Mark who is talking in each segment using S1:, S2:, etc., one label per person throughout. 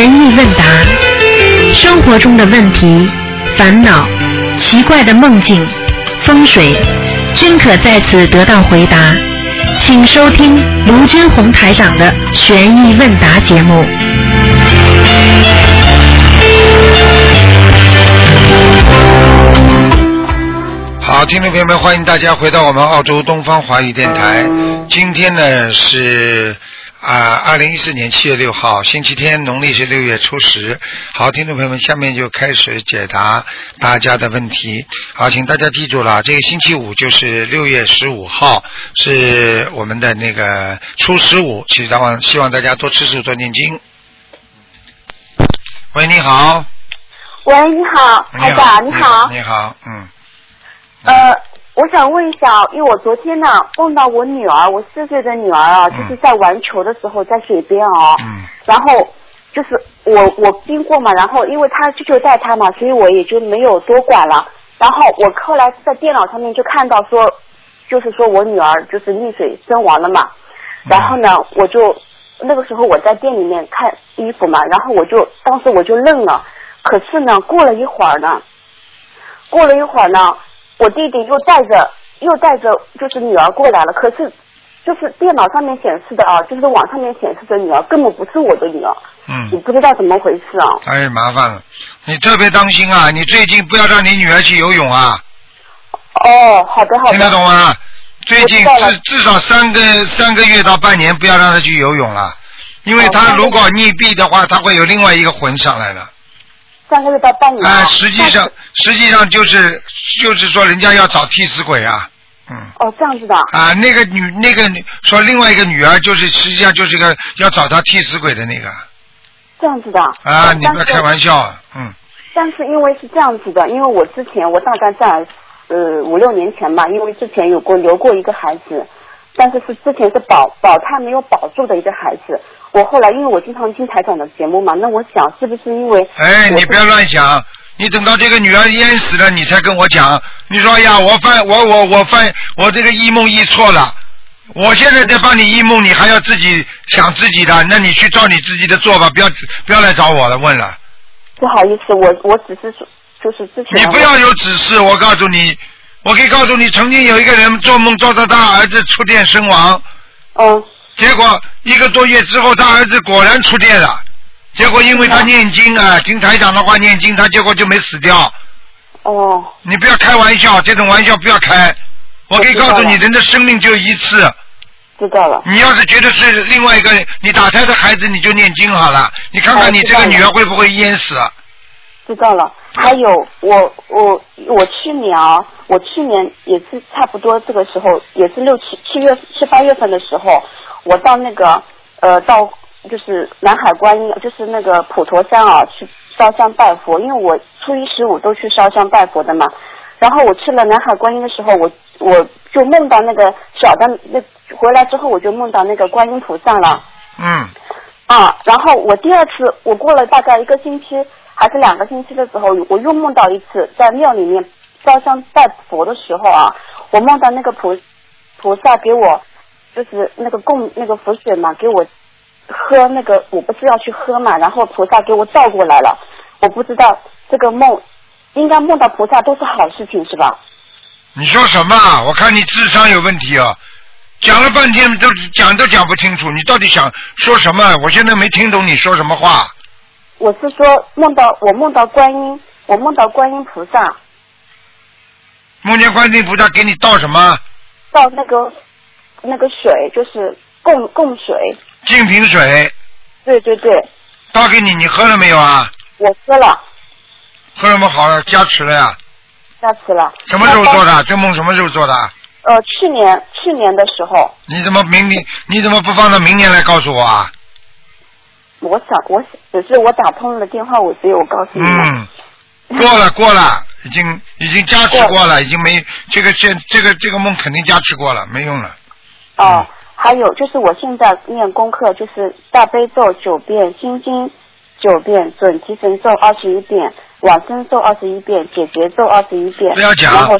S1: 意问答，生活中的问题、烦恼、奇怪的梦境、风水，均可在此得到回答。请收听卢军红台长的《悬疑问答》节目。
S2: 好，听众朋友们，欢迎大家回到我们澳洲东方华语电台。今天呢是啊，二零一四年七月六号，星期天，农历是六月初十。好，听众朋友们，下面就开始解答大家的问题。好，请大家记住了，这个星期五就是六月十五号，是我们的那个初十五，希望希望大家多吃素，多念经。喂，你好，
S3: 喂，你好，台长，你好。
S2: 你好，嗯。
S3: 呃，我想问一下，因为我昨天呢梦到我女儿，我四岁的女儿啊，就是在玩球的时候在水边哦，
S2: 嗯
S3: 然后就是我我经过嘛，然后因为她舅舅带她嘛，所以我也就没有多管了。然后我后来在电脑上面就看到说，就是说我女儿就是溺水身亡了嘛。然后呢，我就那个时候我在店里面看衣服嘛，然后我就当时我就愣了。可是呢，过了一会儿呢，过了一会儿呢，我弟弟又带着又带着就是女儿过来了，可是就是电脑上面显示的啊，就是网上面显示的女儿根本不是我的女儿，
S2: 嗯。
S3: 我不知道怎么回事啊。
S2: 哎，麻烦了，你特别当心啊！你最近不要让你女儿去游泳啊，
S3: 哦，好的好的。
S2: 听得懂吗？最近
S3: 我知道了
S2: 至至少三个三个月到半年，不要让她去游泳了，因为她如果溺毙的话，她会有另外一个魂上来了。
S3: 三个月到半年啊。
S2: 哎，实际上实际上就是就是说，人家要找替死鬼啊，嗯。
S3: 哦，这样子的。
S2: 啊，那个女，那个女说另外一个女儿，就是实际上就是个要找她替死鬼的那个
S3: 这样子的
S2: 啊，你不要开玩
S3: 笑。
S2: 笑啊，嗯
S3: 但是因为是这样子的，因为我之前我大概在呃五六年前吧，因为之前有过留过一个孩子，但是是之前是保保胎没有保住的一个孩子。我后来因为我经常听台长的节目嘛，那我想是不是因为
S2: 哎，
S3: 我
S2: 你不要乱想，你等到这个女儿淹死了，你才跟我讲。你说哎呀，我犯我我我犯我这个一梦一错了，我现在在帮你一梦，你还要自己想自己的，那你去照你自己的做吧，不要不要来找我了，问了。
S3: 不好意思，我我只是说就是之前
S2: 你不要有指示，我告诉你，我可以告诉你，曾经有一个人做梦做到他儿子触电身亡，
S3: 嗯
S2: 结果一个多月之后，他儿子果然触电了。结果因为他念经啊，听台长的话念经，他结果就没死掉。
S3: 哦
S2: 你不要开玩笑，这种玩笑不要开。我可以
S3: 我知道
S2: 告诉你，
S3: 了
S2: 人的生命就一次。
S3: 知道了
S2: 你要是觉得是另外一个你打胎的孩子，你就念经好了。你看看
S3: 哦
S2: 你
S3: 知
S2: 这
S3: 道
S2: 个女
S3: 了
S2: 儿会不会淹死？啊
S3: 知道了。还有我我我去年啊，我去年也是差不多这个时候，也是六七七月七八月份的时候，我到那个呃到就是南海观音，就是那个普陀山啊去烧香拜佛，因为我初一十五都去烧香拜佛的嘛。然后我去了南海观音的时候，我我就梦到那个小的那回来之后，我就梦到那个观音菩萨了。
S2: 嗯，
S3: 啊，然后我第二次，我过了大概一个星期还是两个星期的时候，我又梦到一次，在庙里面烧香拜佛的时候啊，我梦到那个菩菩萨给我就是那个供那个符水嘛，给我喝那个，我不是要去喝嘛，然后菩萨给我倒过来了，我不知道这个梦应该梦到菩萨都是好事情是吧？
S2: 你说什么啊？我看你智商有问题哦。讲了半天都讲都讲不清楚，你到底想说什么？我现在没听懂你说什么话。
S3: 我是说梦到我梦到观音，我梦到观音菩萨
S2: 梦见观世音菩萨给你倒什么
S3: 到那个那个水，就是供供水。
S2: 净瓶水，
S3: 对对对，
S2: 倒给你，你喝了没有啊？
S3: 我喝了，
S2: 喝什么好了？加持了呀、
S3: 下次了。
S2: 什么时候做
S3: 那当？
S2: 的？这梦什么时候做的？
S3: 呃，去年去年的时候，
S2: 你怎么明年？你怎么不放到明年来告诉我啊？
S3: 我想我只是我打通了电话，我所以我告诉你了。
S2: 嗯，过了过了，已经已经加持过了，已经没这个现这个这个梦肯定加持过了，没用了。嗯
S3: 哦、还有就是我现在念功课，就是大悲咒九遍，心经九遍，准提神咒二十一遍，往生咒二十一遍，解结咒二十一遍。
S2: 不要讲
S3: 然后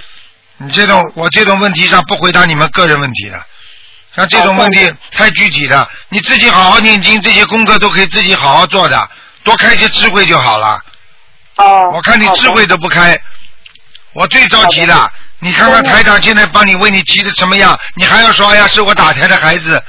S2: 你这种我这种问题上不回答你们个人问题的，像这种问
S3: 好
S2: 题太具体的，你自己好好念经，这些功课都可以自己好好做的。多开些智慧就好了。
S3: 哦。
S2: 我看你智慧都不开，我最着急
S3: 好
S2: 了。你看看台长现在帮你为你急的什么样，你还要说哎呀是我打胎的孩子，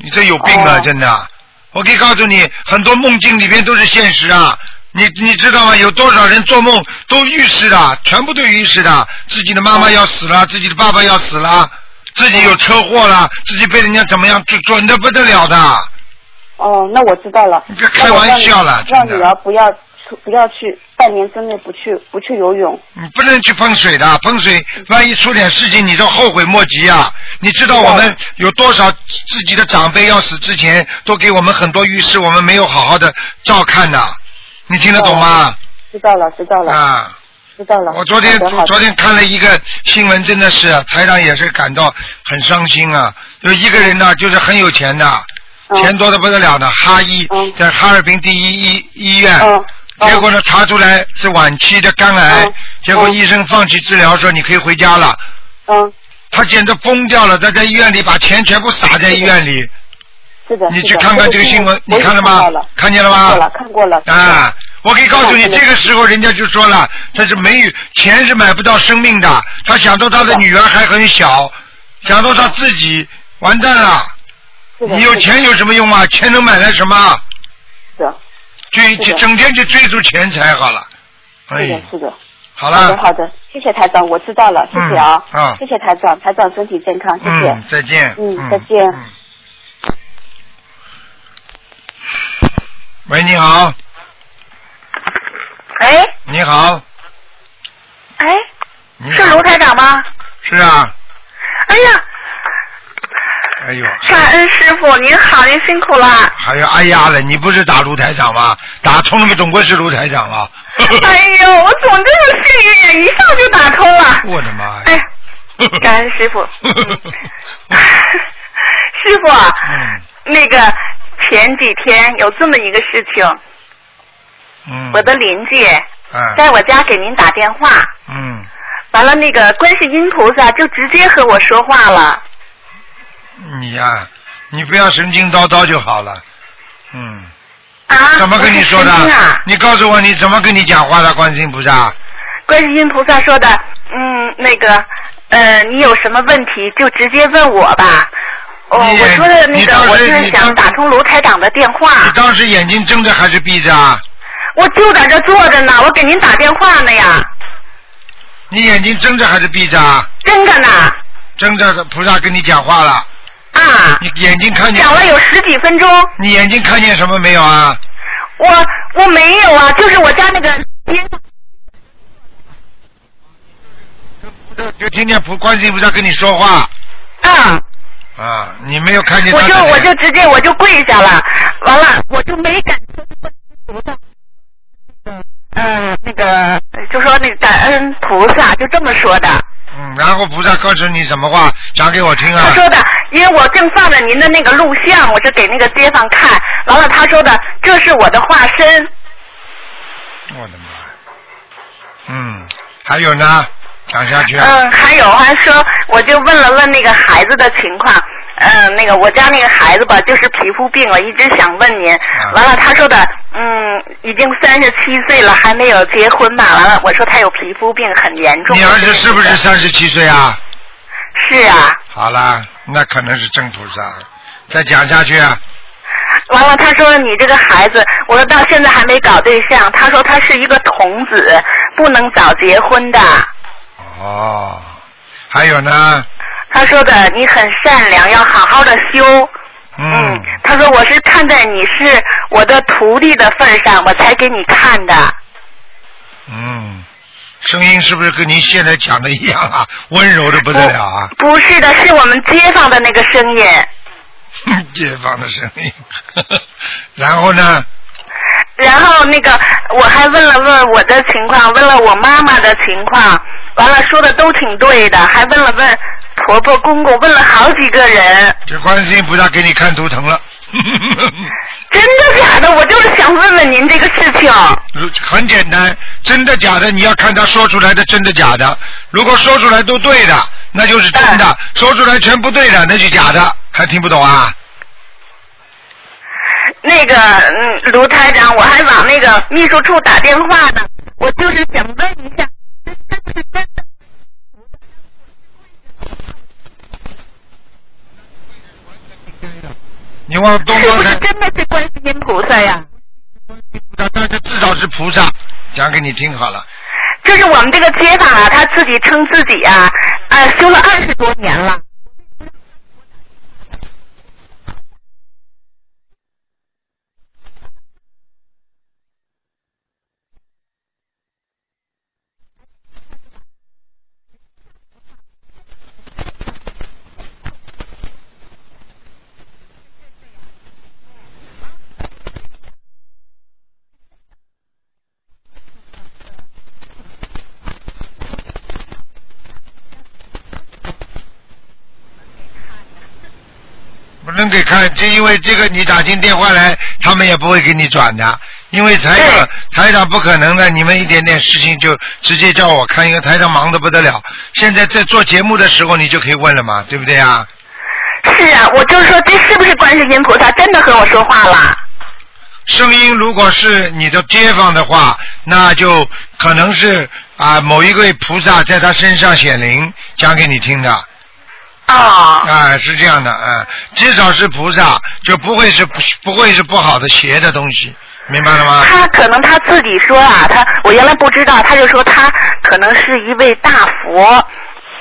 S2: 你这有病啊！
S3: 哦
S2: 真的，我可以告诉你，很多梦境里边都是现实啊。你你知道吗？有多少人做梦都预示的，全部都预示的，自己的妈
S3: 哦
S2: 妈要死了，自己的爸爸要死了，自己有车祸了，自己被人家怎么样，准准的不得了的。
S3: 哦，那我知道了。
S2: 你别开玩笑了
S3: 那我让
S2: 真的
S3: 女让女儿不要出，不要去半年之内不去不去游泳。
S2: 你嗯不能去碰水的，碰水
S3: 嗯
S2: 万一出点事情，你就后悔莫及啊！你知道我们有多少自己的长辈要死之前，都给我们很多预示，我们没有好好的照看的，你听得懂吗？
S3: 知道了，知道了，
S2: 啊！
S3: 知道了。
S2: 我昨天
S3: 好的好的
S2: 昨天看了一个新闻，真的是台长也是感到很伤心啊！有一个人呢，就是很有钱的，
S3: 嗯
S2: 钱多的不得了的，哈医
S3: 嗯
S2: 在哈尔滨第一医医院，
S3: 嗯嗯
S2: 结果呢查出来是晚期的肝癌
S3: 嗯，
S2: 结果
S3: 嗯
S2: 医生放弃治疗，说你可以回家了。
S3: 嗯，
S2: 他简直疯掉了，他在医院里把钱全部撒在医院里。
S3: 是的。
S2: 你
S3: 是
S2: 去
S3: 的
S2: 看看这个新闻，
S3: 我
S2: 你
S3: 也
S2: 看了吗
S3: 到了？
S2: 看见了
S3: 看过
S2: 吗
S3: 了，？看过了。
S2: 啊，我可以告诉你，
S3: 看了
S2: 这个时候人家就说了，他是没有钱是买不到生命的。他想到他的
S3: 是的
S2: 女儿还很小，想到他自己，完蛋了。
S3: 是的，
S2: 你有钱有什么用啊？钱能买来什么？
S3: 是的，
S2: 就就是
S3: 的
S2: 整天去追逐钱财好了。
S3: 是的
S2: 哎，，
S3: 是的。
S2: 好
S3: 好的，
S2: 了，
S3: 好的，谢谢台长，我知道了，谢谢啊
S2: 嗯啊，
S3: 谢谢台长，台长身体健康，谢谢。
S2: 嗯，再见。
S3: 嗯再见
S2: 嗯喂，你好，
S4: 哎
S2: 你好，
S4: 哎，
S2: 你
S4: 是
S2: 好
S4: 卢台长吗？
S2: 是啊，
S4: 哎呀，
S2: 哎呦，
S4: 感恩师傅，您好，您辛 苦了。
S2: 还有哎呀了，你不是打卢台长吗？打通了吗？总归是卢台长了。
S4: 哎呦，我总真是幸运，一上就打通了。
S2: 我的妈呀！
S4: 哎，感恩师 傅。 师傅啊，
S2: 嗯
S4: 那个前几天有这么一个事情，
S2: 嗯，
S4: 我的邻居
S2: 哎
S4: 在我家给您打电话，
S2: 嗯，
S4: 完了那个观世音菩萨就直接和我说话了。
S2: 你呀、你不要神经叨叨就好了。嗯，
S4: 啊？
S2: 怎么跟你说的？
S4: 我是神经啊
S2: 你告诉我你怎么跟你讲话的，观世音菩萨？
S4: 观世音菩萨说的，嗯，那个，呃，你有什么问题就直接问我吧。哦，
S2: 你
S4: 我说的
S2: 你
S4: 那个
S2: 当，时
S4: 我就是
S2: 你当时
S4: 想打通卢台长的电话，
S2: 你当时眼睛睁着还是闭着啊？
S4: 我就在这坐着呢，我给您打电话呢呀，
S2: 你眼睛睁着还是闭着啊？
S4: 真的呢，
S2: 睁着的菩萨跟你讲话了，
S4: 啊，
S2: 你眼睛看见
S4: 讲了有十几分钟，
S2: 你眼睛看见什么没有啊？
S4: 我我没有啊，就是我家那个烟
S2: 就听见菩观世音菩萨跟你说话
S4: 啊，
S2: 啊，你没有看见
S4: 我
S2: 他的
S4: 就
S2: 脸
S4: 我就直接我就跪下了，完了我就没敢说观世音菩萨。嗯，那个就说那个感恩菩萨，就这么说的。
S2: 嗯，然后菩萨告诉你什么话，讲给我听
S4: 他
S2: 啊。
S4: 说的，因为我正放着您的那个录像，我就给那个街坊看。完了，他说的，这是我的化身。
S2: 我的妈呀！嗯，还有呢，讲下去啊。
S4: 嗯，还有还说，我就问了问那个孩子的情况。嗯，那个我家那个孩子吧，就是皮肤病了，一直想问
S2: 啊
S4: 您。完了，他说的，嗯，已经三十七岁了，还没有结婚吧？完了，我说他有皮肤病，很严重。
S2: 你儿子是不是？三十七岁啊？
S4: 是啊。
S2: 好啦，那可能是真菩萨了。再讲下去啊。
S4: 完了，他说你这个孩子，我说到现在还没搞对象。他说他是一个童子，不能早结婚的。
S2: 哦，还有呢，
S4: 他说的你很善良，要好好的修。
S2: 嗯，
S4: 他说我是看在你是我的徒弟的份上，我才给你看的。
S2: 嗯，声音是不是跟您现在讲的一样啊？温柔的不得了啊！
S4: 不是的，是我们街坊的那个声音。
S2: 解放的声音。 然后呢？
S4: 然后那个我还问了问我的情况，问了我妈妈的情况，完了说的都挺对的，还问了问婆婆公公，问了好几个人。
S2: 这观世音菩萨给你看图腾了，
S4: 真的假的？我就是想问问您这个事情。
S2: 很简单，真的假的你要看他说出来的真的假的，如果说出来都对的，那就是真的；说出来全不对的，那就假的，还听不懂啊？
S4: 那个嗯，卢台长，我还往那个秘书处打电话呢，我就是想问一下，这是不是真的？
S2: 你往东
S4: 是
S2: 方
S4: 不是
S2: 看，
S4: 真的是观世音菩萨呀？
S2: 但是至少是菩萨，讲给你听好了。
S4: 就是我们这个街坊啊，他自己称自己啊，啊，修了二十多年了。
S2: 不能给看，就因为这个你打进电话来，他们也不会给你转的，因为台长台长不可能的，你们一点点事情就直接叫我看，因为台长忙得不得了。现在在做节目的时候，你就可以问了嘛，对不对啊？
S4: 是啊，我就说这是不是观世音菩萨真的和我说话了？
S2: 声音如果是你的街坊的话，那就可能是啊、某一位菩萨在他身上显灵，讲给你听的。
S4: 哦，
S2: 啊，是这样的啊，至少是菩萨，就不会是不不会是不好的邪的东西，明白了吗？
S4: 他可能他自己说啊，他我原来不知道，他就说他可能是一位大佛。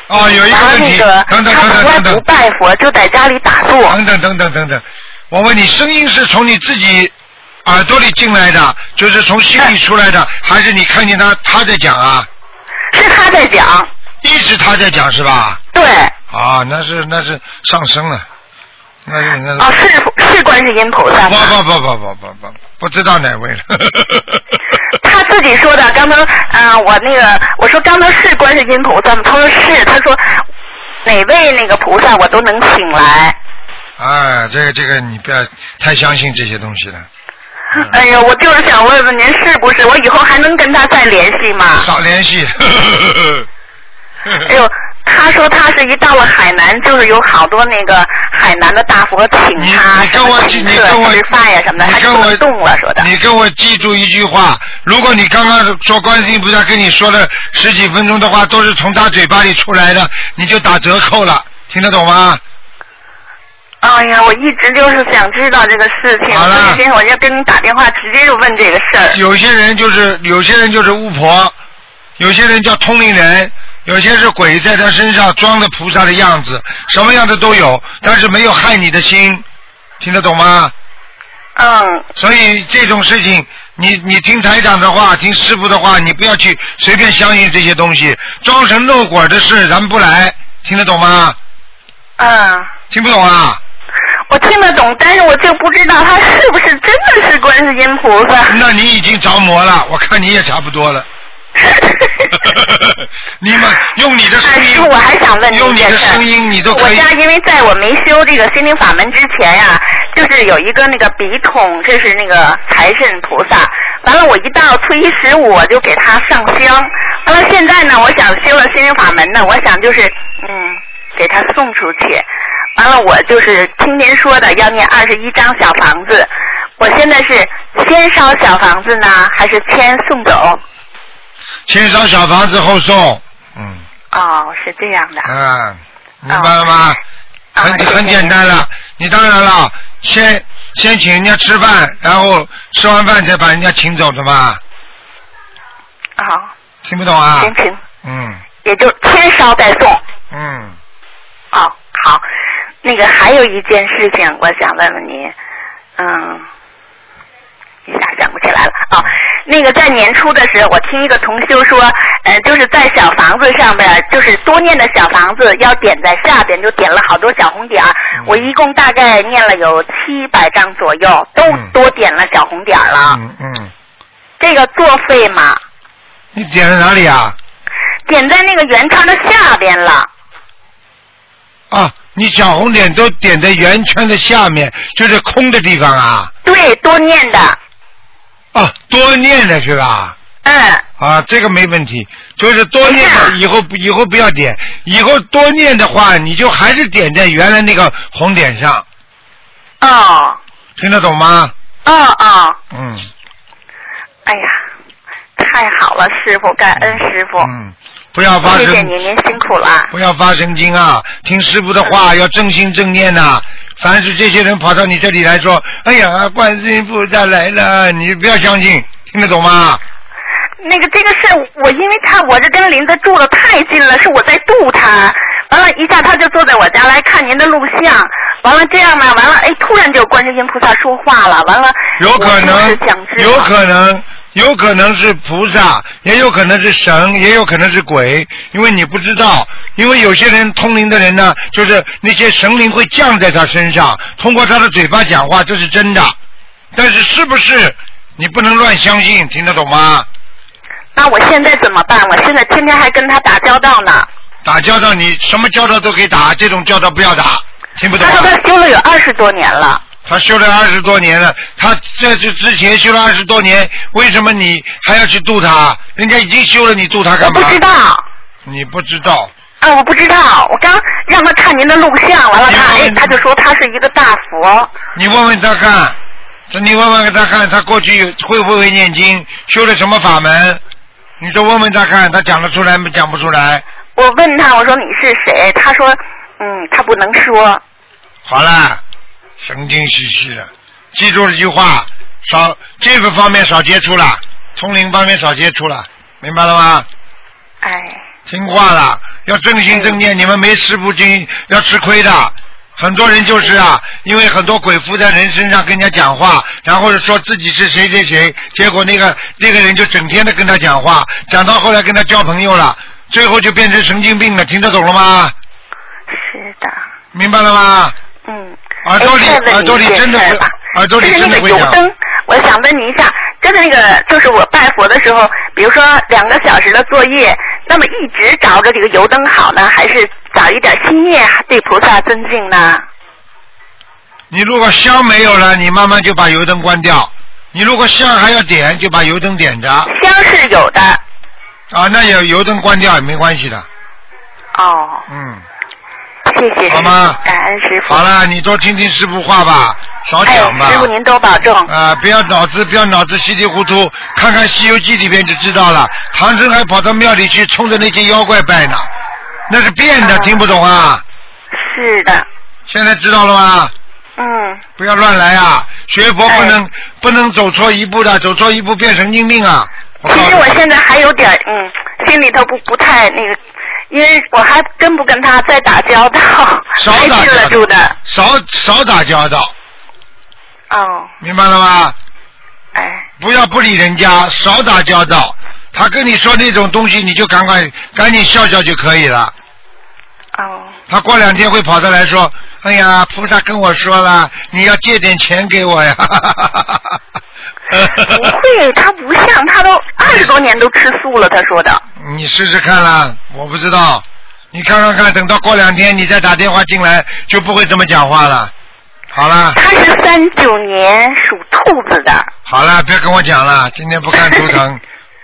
S2: 哦，有一个
S4: 然后
S2: 问
S4: 那
S2: 题，
S4: 啊个
S2: 等等
S4: 他
S2: 等
S4: 从来
S2: 等等等
S4: 不拜佛，就在家里打坐。
S2: 等等等等等等，我问你，声音是从你自己耳朵里进来的，就是从心里出来的，还是你看见他他在讲啊？
S4: 是他在讲，
S2: 一直他在讲是吧？
S4: 对，
S2: 啊，那是那是上升了，那是那是。
S4: 哦，是是观世音菩萨
S2: 不
S4: 吗？
S2: 不不不不不不，不知道哪位了。
S4: 他自己说的，刚才嗯、我那个我说刚才是观世音菩萨吗？他说是，他说哪位那个菩萨我都能请来。
S2: 啊，这个这个你不要太相信这些东西了，嗯
S4: 哎呀，我就是想问问您是不是？我以后还能跟他再联系吗？
S2: 少联系。
S4: 哎呦，他说他是一到了海南，就是有好多那个海南的大佛请
S2: 你
S4: 他
S2: 你跟我记
S4: 请
S2: 你
S4: 客
S2: 跟我
S4: 吃饭呀什么的，
S2: 你
S4: 他就
S2: 跟
S4: 不
S2: 我
S4: 能动了，说的。
S2: 你跟我记住一句话，如果你刚刚说观世音菩萨跟你说了十几分钟的话，都是从他嘴巴里出来的，你就打折扣了，听得懂吗？
S4: 哎呀，我一直就是想知道这个事情，
S2: 好了
S4: 所以今天我就跟你打电话，直接就问这个事儿。
S2: 有些人就是有些人就是巫婆，有些人叫通灵人，有些是鬼在他身上装的菩萨的样子，什么样的都有，但是没有害你的心，听得懂吗？
S4: 嗯，
S2: 所以这种事情，你你听台长的话，听师傅的话，你不要去随便相信这些东西。装神弄鬼的事，咱们不来，听得懂吗？
S4: 嗯，
S2: 听不懂啊？
S4: 我听得懂，但是我就不知道他是不是真的是观世音菩萨。
S2: 那你已经着魔了，我看你也差不多了。 你们用你的
S4: 哎
S2: 声
S4: 师
S2: 音
S4: 傅，，我还想问您
S2: 用
S4: 一
S2: 你
S4: 件
S2: 的
S4: 事儿
S2: 声音，你都
S4: 我
S2: 可以。
S4: 家因为在我没修这个心灵法门之前呀、就是有一个那个笔筒，这是那个财神菩萨。完了，我一到初一十五我就给他上香。完了，现在呢，我想修了心灵法门呢，我想就是嗯，给他送出去。完了，我就是听您说的要念二十一张小房子。我现在是先烧小房子呢，还是先送走？
S2: 先烧小房子后送，嗯
S4: 哦，是这样的。
S2: 啊，明白了吗？
S4: 啊
S2: 很
S4: 谢谢
S2: 很简单了，你当然了，先先请人家吃饭，然后吃完饭再把人家请走的嘛，
S4: 好，
S2: 听不懂啊？
S4: 先请。
S2: 嗯
S4: 也就先烧再送。啊
S2: 嗯，
S4: 哦，好，那个还有一件事情，我想问问您，嗯，一下想不起来了。哦，那个在年初的时候，我听一个同修说，呃，就是在小房子上边，就是多念的小房子要点在下边，就点了好多小红点儿。
S2: 嗯
S4: 我一共大概念了有七百张左右，都
S2: 嗯
S4: 多点了小红点儿了。
S2: 嗯嗯，
S4: 这个作废吗？
S2: 你点在哪里啊？
S4: 点在那个圆圈的下边了。
S2: 啊，你小红点都点在圆圈的下面，就是空的地方啊。
S4: 对，多念的。
S2: 啊，多念的是吧？
S4: 嗯。
S2: 啊，这个没问题，就是多念
S4: 是啊
S2: 的，以后不以后不要点，以后多念的话，你就还是点在原来那个红点上，
S4: 哦，
S2: 听得懂吗？
S4: 嗯嗯，
S2: 嗯
S4: 哎呀，太好了，师傅，感恩师傅，
S2: 嗯，不要发
S4: 谢
S2: 神，
S4: 谢您，您辛苦了。
S2: 不要发神经啊！听师傅的话，
S4: 嗯
S2: 要正心正念呐、凡是这些人跑到你这里来说，哎呀，观世音菩萨来了，你不要相信，听得懂吗？
S4: 那个这个事儿，我因为他，我这跟林子住的太近了，是我在度他。完了，一下他就坐在我家来看您的录像。完了这样呢，完了，哎，突然就观世音菩萨说话了。完了，
S2: 有可
S4: 我
S2: 能
S4: 就是想，知道
S2: 有可能，有可能是菩萨，也有可能是神，也有可能是鬼，因为你不知道。因为有些人通灵的人呢，就是那些神灵会降在他身上，通过他的嘴巴讲话，这是真的。但是是不是你不能乱相信，听得懂吗？
S4: 那我现在怎么办？我现在天天还跟他打交道呢。
S2: 打交道你什么交道都可以打，这种交道不要打，听不懂
S4: 他
S2: 啊、
S4: 说他修了有二十多年了。
S2: 他修了二十多年了，他在这之前修了二十多年，为什么你还要去度他？人家已经修了，你度他
S4: 我
S2: 干
S4: 不
S2: 嘛？
S4: 知道
S2: 你不知道，
S4: 啊，我不知道，我刚让他看您的录像，完了他
S2: 你
S4: 哎，他就说他是一个大佛，
S2: 你问问他看，这你问问他看，他过去有会不会念经，修了什么法门？你都问问他看，他讲得出来没？讲不出来。
S4: 我问他我说你是谁，他说嗯他不能说，
S2: 好了，神经兮兮的，记住这句话，少这个方面少接触了，通灵方面少接触了，明白了吗？
S4: 哎
S2: 听话了，要正心正念，你们没吃不精，要吃亏的。很多人就是啊，因为很多鬼附在人身上跟人家讲话，然后说自己是谁谁谁，结果那个那个人就整天的跟他讲话，讲到后来跟他交朋友了，最后就变成神经病了，听得懂了吗？
S4: 是的，
S2: 明白了吗？
S4: 嗯。
S2: 耳朵里
S4: 哎再
S2: 耳
S4: 问你
S2: 朵里
S4: 一件
S2: 真的
S4: 事儿
S2: 会
S4: 吧
S2: 耳朵里
S4: 就是
S2: 真的
S4: 那个
S2: 会
S4: 油
S2: 讲
S4: 灯，我想问你一下，就是那个就是我拜佛的时候，比如说两个小时的作业，那么一直着着这个油灯好呢，还是找一点心念对菩萨尊敬呢？
S2: 啊你如果香没有了，你慢慢就把油灯关掉；你如果香还要点，就把油灯点着
S4: 香是有的
S2: 啊，那有油灯关掉也没关系的，
S4: 哦，
S2: 嗯。
S4: 谢谢，
S2: 好吗
S4: 感恩师傅。
S2: 好了，你多听听师傅话吧，少
S4: 哎
S2: 讲吧。，
S4: 师傅您多保重。
S2: 啊、不要脑子不要脑子稀里糊涂，看看《西游记》里边就知道了。唐僧还跑到庙里去冲着那些妖怪拜呢，那是变的，
S4: 啊
S2: 听不懂啊？
S4: 是的，
S2: 现在知道了吗？
S4: 嗯，
S2: 不要乱来啊！学佛
S4: 哎
S2: 不能、不能走错一步的，走错一步变神经病啊！我告
S4: 其实
S2: 诉
S4: 我
S2: 你，
S4: 现在还有点儿嗯，心里头不不太那个，因为我还跟不跟他再打交道，
S2: 少
S4: 还
S2: 打
S4: 记得
S2: 交
S4: 住的
S2: 道。，少少打交道，
S4: 哦，
S2: 明白了吗？
S4: 哎，
S2: 不要不理人家，少打交道。他跟你说那种东西，你就赶快赶紧笑笑就可以了。
S4: 哦，
S2: 他过两天会跑上来说：“哎呀，菩萨跟我说了，你要借点钱给我 呀。
S4: 不会，他不像，他都二十多年都吃素了，他说的。”
S2: 你试试看啦，我不知道，你看看看，等到过两天你再打电话进来，就不会这么讲话了。好了，
S4: 他是三九年属兔子的，
S2: 好了，别跟我讲了，今天不看图腾，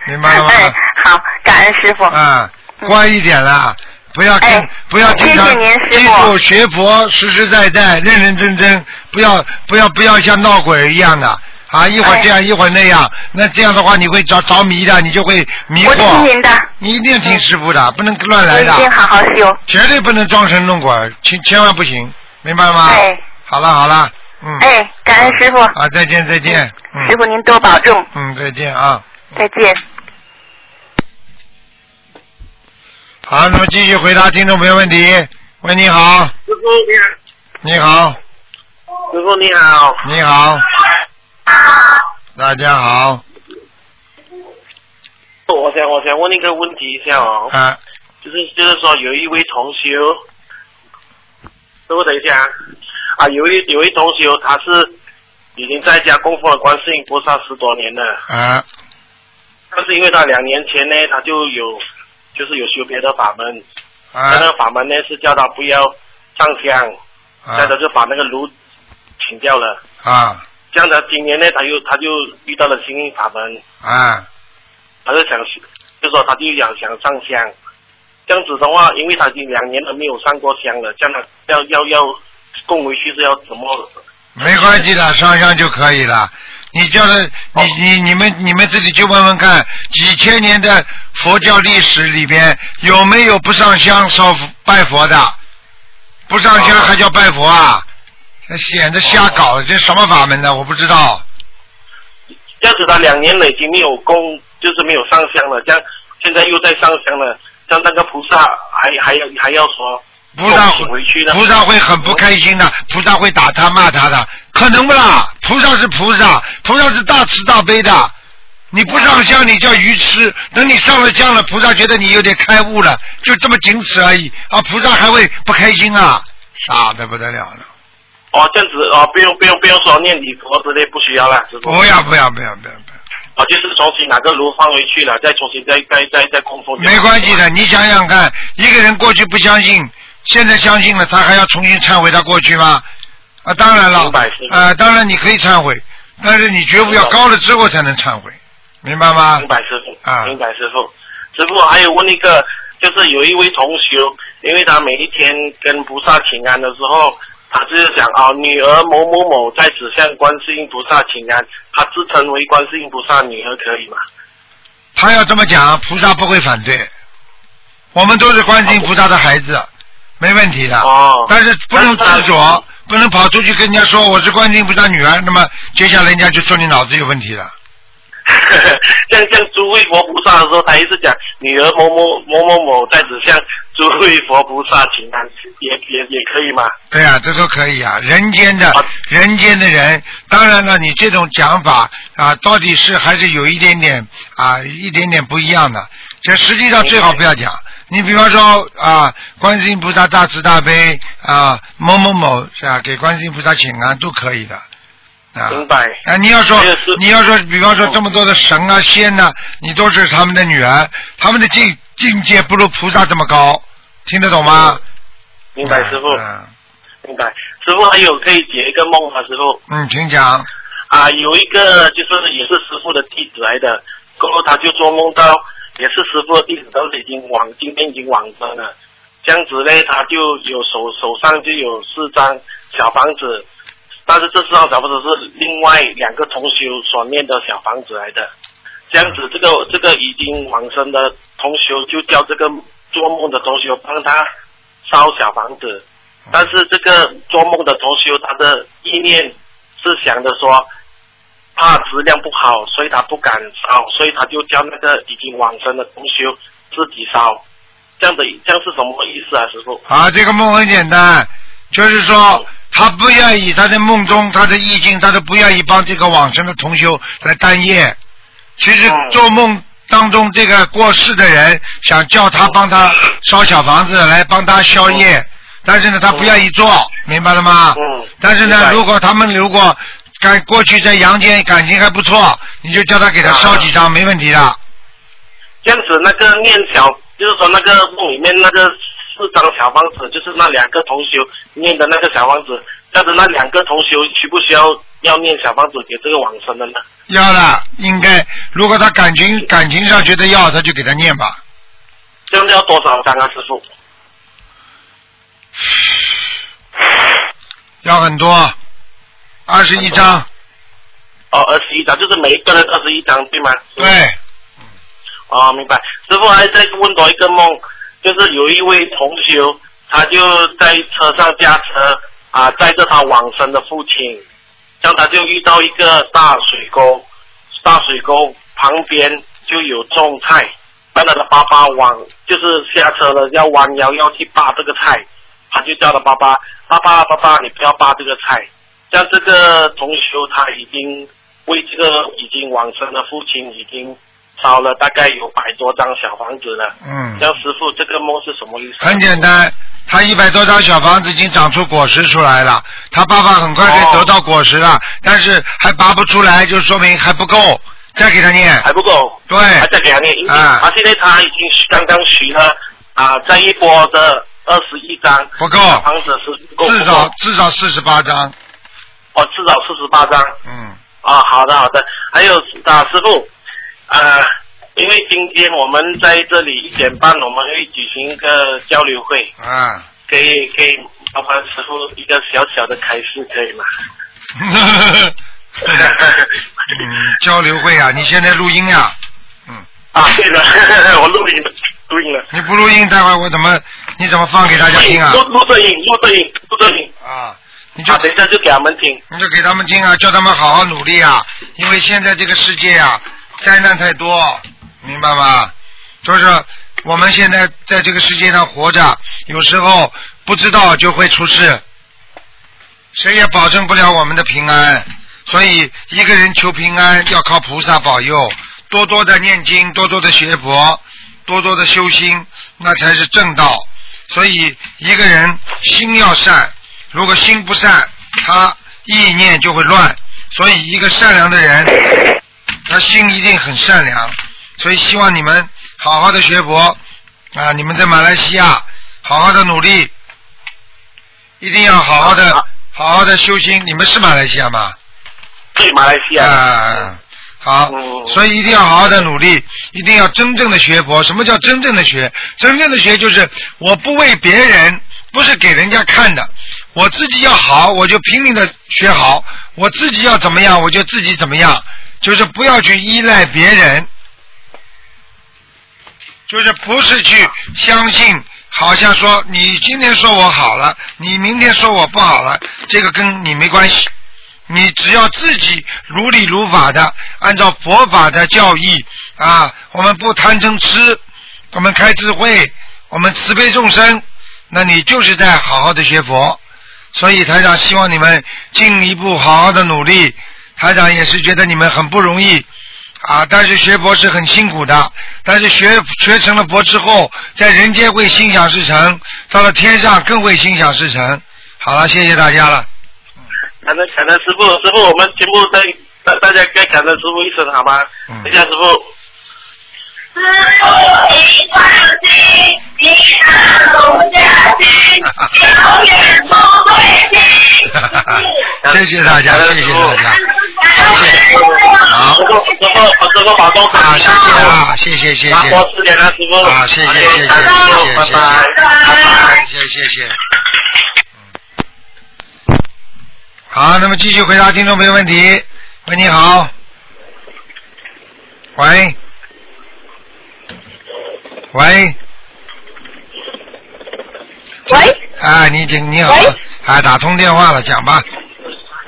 S2: 明白了吗？
S4: 哎，好，感恩师傅。
S2: 啊，乖一点啦，不要听，
S4: 哎
S2: 不要经常
S4: 谢谢您师
S2: 记
S4: 傅
S2: 住学佛实实在在，认认真真，不要不要不要像闹鬼一样的啊，一会儿这
S4: 哎
S2: 样、一会儿那样，那这样的话你会着着迷的，你就会迷
S4: 我听
S2: 惑。
S4: 您的，嗯
S2: 你一定要听师傅的，不能乱
S4: 我
S2: 来
S4: 一定
S2: 的，
S4: 好好修。
S2: 绝对不能装神弄鬼，千千万不行，明白吗？
S4: 哎
S2: 好了好了，啊嗯，
S4: 哎，感恩师傅，
S2: 啊，再见再见，
S4: 师
S2: 嗯
S4: 傅您多保重，
S2: 嗯，再见啊。
S4: 再见。
S2: 好，那么继续回答听众朋友问题。喂，你好，
S5: 师傅你好，
S2: 你好，
S5: 师傅你好，
S2: 你好，大家好，
S5: 我想我想问一个问题一下哦，
S2: 啊，
S5: 就是就是说有一位同修，师傅等一下啊啊，有一有一同修他是已经在家供奉了观世音菩萨十多年了，
S2: 啊，
S5: 但是因为他两年前呢，他就有就是有修别的法门，他那
S2: 啊，
S5: 个法门呢是叫他不要上香，再他
S2: 啊，
S5: 就把那个炉请掉了，
S2: 啊，
S5: 这样他今年呢他又他就遇到了新法门。
S2: 啊，
S5: 他就想，就说他就想想上香，这样子的话，因为他已经两年了没有上过香了，这样他要要要供回去是要怎么？
S2: 没关系的，上香就可以了。你就是你你你们你们自己去问问看，几千年的佛教历史里边有没有不上香烧佛拜佛的？不上香还叫拜佛啊？这显得瞎搞，这什么法门呢？我不知道。
S5: 这样子他两年累积没有供，就是没有上香了，这样现在又在上香了，像那个菩萨还还要还要说
S2: 菩萨
S5: 请回去呢，
S2: 菩萨会很不开心的，菩萨会打他骂他的，可能不啦？菩萨是菩萨，菩萨是大慈大悲的。你不上香，你叫愚痴；等你上了香了，菩萨觉得你有点开悟了，就这么仅此而已啊！菩萨还会不开心啊，傻的不得了了！
S5: 哦这样子哦不用不用不用说念礼佛之类不需要了，师傅
S2: 不要不要不要不要，不要
S5: 哦就是重新拿个炉放回去了，再重新再再再再供奉。
S2: 没关系的。你想想看，一个人过去不相信，现在相信了，他还要重新忏悔他过去吗？啊，当然了
S5: 明白是，
S2: 啊，当然你可以忏悔，但是你觉悟要高了之后才能忏悔，明白吗
S5: 明？白师傅，
S2: 啊
S5: 明白师傅。师傅还有问一个，就是有一位同学，因为他每一天跟菩萨请安的时候，他就是想啊，女儿某某某在此向观世音菩萨请安，他自称为观世音菩萨女儿可以吗？
S2: 他要这么讲，菩萨不会反对。我们都是观世音菩萨的孩子，没问题的。
S5: 哦
S2: 但是不能执
S5: 但是他
S2: 着，不能跑出去跟人家说我是观世音菩萨女儿，那么接下来人家就说你脑子有问题了。
S5: 像像诸位佛菩萨的时候，他一直讲女儿某某某某某在此向诸位佛菩萨请安，也也也可以吗？
S2: 对哎呀、这都可以啊。人间的
S5: 啊
S2: 人间的人，当然了，你这种讲法啊，到底是还是有一点点啊，一点点不一样的。这实际上最好不要讲。你比方说啊，观世音菩萨大慈大悲啊，某某某是吧？给观世音菩萨请安都可以的啊。
S5: 明白。
S2: 啊，你要说
S5: 还有师，
S2: 你要说，比方说这么多的神啊、仙呐、你都是他们的女儿，他们的境境界不如菩萨这么高，听得懂吗？
S5: 嗯明白师傅，
S2: 嗯，
S5: 明白。师傅还有可以解一个梦吗？师傅？
S2: 嗯，请讲。
S5: 啊，有一个就是也是师傅的弟子来的，过后他就做梦到也是师傅的弟子，但是已经往今天已经往生了。这样子呢，他就有手手上就有四张小房子，但是这啊四张小房子是另外两个同修所念的小房子来的。这样子，这个这个已经往生的同修就叫这个做梦的同修帮他烧小房子，但是这个做梦的同修他的意念是想着说，怕质量不好，所以他不敢烧，所以他就叫那个已经往生的同修自己烧。这样的这样是什么意思啊，师傅？
S2: 啊，这个梦很简单，就是说他不愿意，他在梦中，他的意境，他都不愿意帮这个往生的同修来担业。其实
S5: 嗯
S2: 做梦当中，这个过世的人想叫他帮他
S5: 嗯
S2: 烧小房子来帮他消业，但是呢，他不愿意做，明白了吗？
S5: 嗯
S2: 但是
S5: 明
S2: 呢，
S5: 白
S2: 如果他们如果感过去在阳间感情还不错，你就叫他给他烧几
S5: 嗯
S2: 张，没问题的。
S5: 这样子那个念小，就是说那个梦里面那个四张小房子，就是那两个同修念的那个小房子，这样子那两个同修需不需要要念小房子给这个往生的呢？
S2: 要的，应该如果他感情感情上觉得要，他就给他念吧。
S5: 这样要多少张啊，师傅？
S2: 要很多，二十一张，
S5: 哦，二十一张，就是每一个人二十一张，对吗？
S2: 对，
S5: 哦，明白。师傅还再问多一个梦，就是有一位同修，他就在车上驾车啊，载着他往生的父亲，这样他就遇到一个大水沟，大水沟旁边就有种菜，让他的爸爸往就是下车了要弯腰要去扒这个菜，他就叫他爸爸，爸爸爸爸你不要扒这个菜，像这个同修他已经为这个已经往生的父亲已经烧了大概有百多张小房子了。
S2: 嗯，
S5: 像师傅这个梦是什么意思？
S2: 很简单，他一百多张小房子已经长出果实出来了，他爸爸很快
S5: 哦
S2: 会得到果实了，但是还拔不出来，就说明还不够，再给他念，
S5: 还不够。
S2: 对
S5: 还在两年，因为
S2: 哎啊
S5: 他现在他已经刚刚许了啊，这一波的二十一张
S2: 不够
S5: 小房子是不够，
S2: 至
S5: 不
S2: 少
S5: 够
S2: 至少四十八张，
S5: 哦，至少四十八张。
S2: 嗯，
S5: 啊，好的好的，还有啊，师傅，呃，因为今天我们在这里一点半，我们会举行一个交流会，
S2: 啊，
S5: 可以可以麻烦师傅一个小小的开示，可以吗？
S2: 嗯，交流会啊，你现在录音啊，嗯，
S5: 啊，对的，我录音了 录音了。
S2: 你不录音，待会儿我怎么你怎么放给大家听啊？
S5: 录录着音，录着音，录着音。
S2: 啊，你就
S5: 啊，等一下就给他们听。
S2: 你就给他们听啊，叫他们好好努力啊，因为现在这个世界啊，灾难太多，明白吗？就是我们现在在这个世界上活着，有时候不知道就会出事，谁也保证不了我们的平安。所以一个人求平安要靠菩萨保佑，多多的念经，多多的学佛，多多的修心，那才是正道。所以一个人心要善，如果心不善，他意念就会乱。所以一个善良的人，他心一定很善良。所以希望你们好好的学佛啊！你们在马来西亚好好的努力，一定要好好的好好的修心。你们是马来西亚吗？
S5: 对，马来西亚。
S2: 啊，好，
S5: 嗯
S2: 所以一定要好好的努力，一定要真正的学佛。什么叫真正的学？真正的学就是我不为别人，不是给人家看的，我自己要好，我就拼命的学好，我自己要怎么样，我就自己怎么样，就是不要去依赖别人，就是不是去相信。好像说你今天说我好了，你明天说我不好了，这个跟你没关系。你只要自己如理如法的，按照佛法的教义啊，我们不贪嗔痴，我们开智慧，我们慈悲众生，那你就是在好好的学佛。所以台长希望你们进一步好好的努力。台长也是觉得你们很不容易啊，但是学佛是很辛苦的。但是学学成了佛之后，在人间会心想事成，到了天上更会心想事成。好了，谢谢大家了。
S5: 感恩感恩师傅，师傅，我们全部在大大家该感恩师傅一声好吗？
S2: 嗯
S5: 等一下师傅。
S6: 师傅，请放心，你那龙家军永远不会 停。
S2: 谢谢大家，谢谢大家，谢谢，好
S5: 师傅，师傅，师傅保重身
S2: 啊，
S5: 体
S2: 谢谢啊，谢谢谢谢，
S5: 啊多吃点啊，师傅。
S2: 啊谢谢谢谢谢谢
S5: 感恩师傅
S2: 谢谢
S5: 拜拜。
S2: 谢谢谢谢。嗯好，那么继续回答听众朋友问题。喂，你好。喂。喂。
S4: 喂
S2: 啊，你请你好
S4: 喂，
S2: 啊，打通电话了，讲吧。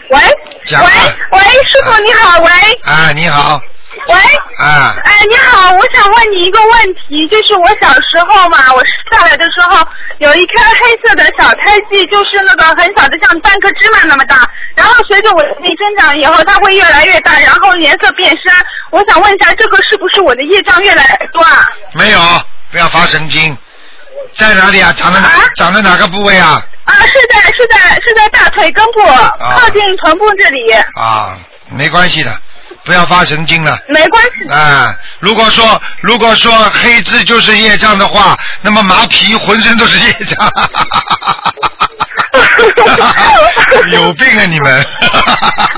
S4: 喂
S2: 讲
S4: 喂
S2: 吧
S4: 喂，师傅你好，喂
S2: 啊，你好，
S4: 喂，
S2: 啊，
S4: 哎你好，我想问你一个问题，就是我小时候嘛，我生下来的时候有一颗黑色的小胎记，就是那个很小的，像半颗芝麻那么大。然后随着我年龄增长以后，它会越来越大，然后颜色变深。我想问一下，这个是不是我的业障越来越多啊？
S2: 没有，不要发神经。在哪里啊？长在哪？
S4: 啊
S2: 长在哪个部位啊？
S4: 啊，是在是在是在大腿根部靠近臀部这里，
S2: 啊，没关系的，不要发神经了。
S4: 没关系。
S2: 啊，如果说如果说黑痣就是业障的话，那么麻皮浑身都是业障。有病啊你们！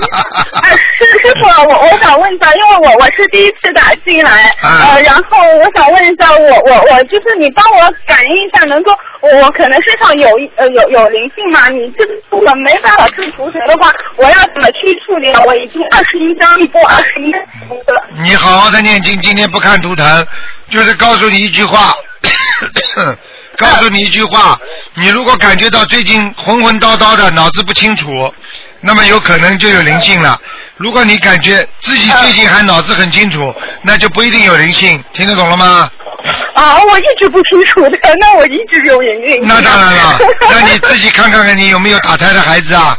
S4: 哎，师师傅，我我想问一下，因为我我是第一次打进来，
S2: 啊
S4: 呃，然后我想问一下，我我我就是你帮我感应一下，能够我我可能身上有一呃有有灵性嘛？你这个我没办法去除谁的话，我要怎么去处理？啊我已经二十一张一波二十一了。
S2: 你好好的念经，今天不看图腾，就是告诉你一句 话，告诉你一句话，你如果感觉到最近浑浑叨叨的，脑子不清楚，那么有可能就有灵性了。如果你感觉自己
S4: 啊
S2: 最近还脑子很清楚，那就不一定有灵性，听得懂了吗？
S4: 啊，我一直不清楚的，那我一直有灵性。
S2: 那当然 了，那你自己看看看你有没有打胎的孩子啊？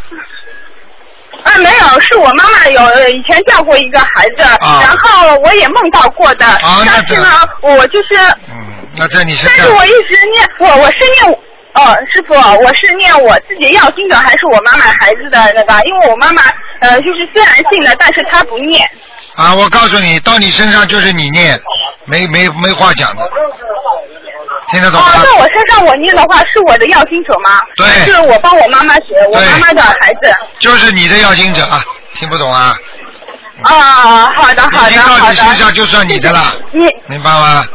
S4: 啊，没有，是我妈妈有呃以前教过一个孩子，
S2: 啊
S4: 然后我也梦到过的，
S2: 啊那
S4: 但是
S2: 这
S4: 呢，我就是，
S2: 嗯，那在你身
S4: 但
S2: 上
S4: 是我一直念，我我是念。哦，师傅，我是念我自己要经的，还是我妈妈孩子的那个？因为我妈妈呃，就是虽然信的，但是她不念。
S2: 啊，我告诉你，到你身上就是你念，没没没话讲的，听得
S4: 哦、
S2: 懂吗？
S4: 那我身上我念的话，是我的要经者吗？
S2: 对
S4: 是我帮我妈妈学，我
S2: 对
S4: 妈妈的孩子。
S2: 就是你的要经者，啊，
S3: 哦
S2: 听不懂啊？
S4: 啊，好的，好
S2: 已经
S4: 的，
S2: 到
S4: 好
S2: 你身上
S4: 的。
S2: 就算你的了，
S4: 你
S2: 明白吗？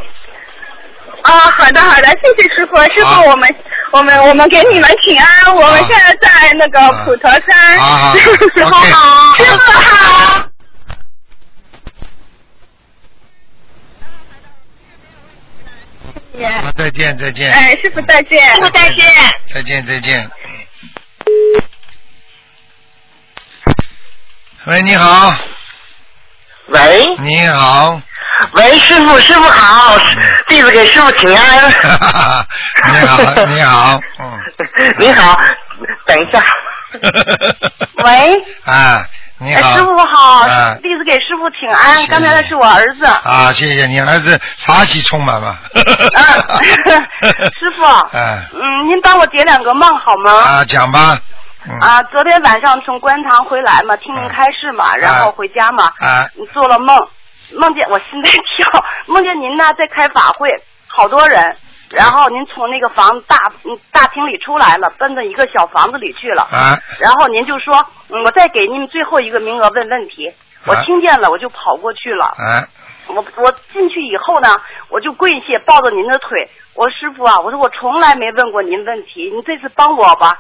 S4: 啊，好的好的，谢谢师傅，师
S2: 好
S4: 傅我们我们我们给你们请安，我们现在在那个普陀山，
S2: 好好好
S4: 师傅
S2: 啊 OK
S4: 好，师傅好，
S2: 再见，再见。
S7: 哎，师傅再见。
S2: 师傅再见。再见，再见。喂，你好，
S8: 喂
S2: 你好，
S8: 喂，师傅，师傅好，弟子给师傅请安。
S2: 你好，你好，嗯，
S8: 你好，等一下，
S3: 喂，
S2: 啊，你
S3: 哎
S2: 好，
S3: 师傅好
S2: 啊，
S3: 弟子给师傅请
S2: 谢
S3: 安
S2: 谢，
S3: 刚才那是我儿子。
S2: 啊，谢谢你儿子法喜充满嘛，
S3: 啊 师 傅，
S2: 啊
S3: 嗯，您帮我解两个梦好吗？
S2: 啊，讲吧，嗯
S3: 啊，昨天晚上从观塘回来嘛，听您开示嘛，然后回家嘛，
S2: 啊
S3: 做了梦，梦见我心在跳， 梦见您呢在开法会，好多人。然后您从那个房大嗯大厅里出来了，奔到一个小房子里去了。
S2: 啊
S3: 然后您就说，嗯，我再给你们最后一个名额问问题。我
S2: 啊
S3: 听见了，我就跑过去了。
S2: 啊
S3: 我我进去以后呢，我就跪下抱着您的腿，我说师傅啊，我说我从来没问过您问题，您这次帮我吧。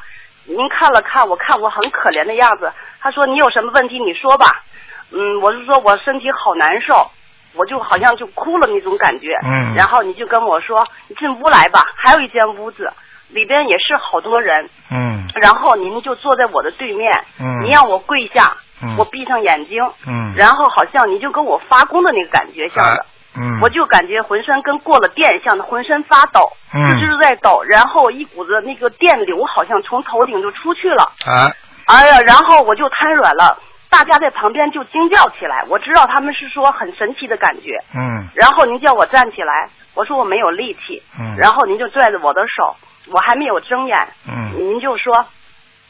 S3: 您看了看，我看我很可怜的样子。他说你有什么问题你说吧。嗯，我是说我身体好难受，我就好像就哭了那种感觉。
S2: 嗯
S3: 然后你就跟我说你进屋来吧，还有一间屋子，里边也是好多人。
S2: 嗯
S3: 然后您就坐在我的对面，
S2: 嗯
S3: 您让我跪下，
S2: 嗯
S3: 我闭上眼睛，
S2: 嗯，
S3: 然后好像你就跟我发功的那个感觉像
S2: 啊
S3: 的。
S2: 嗯，
S3: 我就感觉浑身跟过了电一样的，浑身发抖，
S2: 嗯
S3: 就就是在抖，然后一股子那个电流好像从头顶就出去了，
S2: 啊
S3: 哎呀，然后我就瘫软了，大家在旁边就惊叫起来，我知道他们是说很神奇的感觉，
S2: 嗯
S3: 然后您叫我站起来，我说我没有力气，
S2: 嗯
S3: 然后您就拽着我的手，我还没有睁眼，
S2: 嗯
S3: 您就说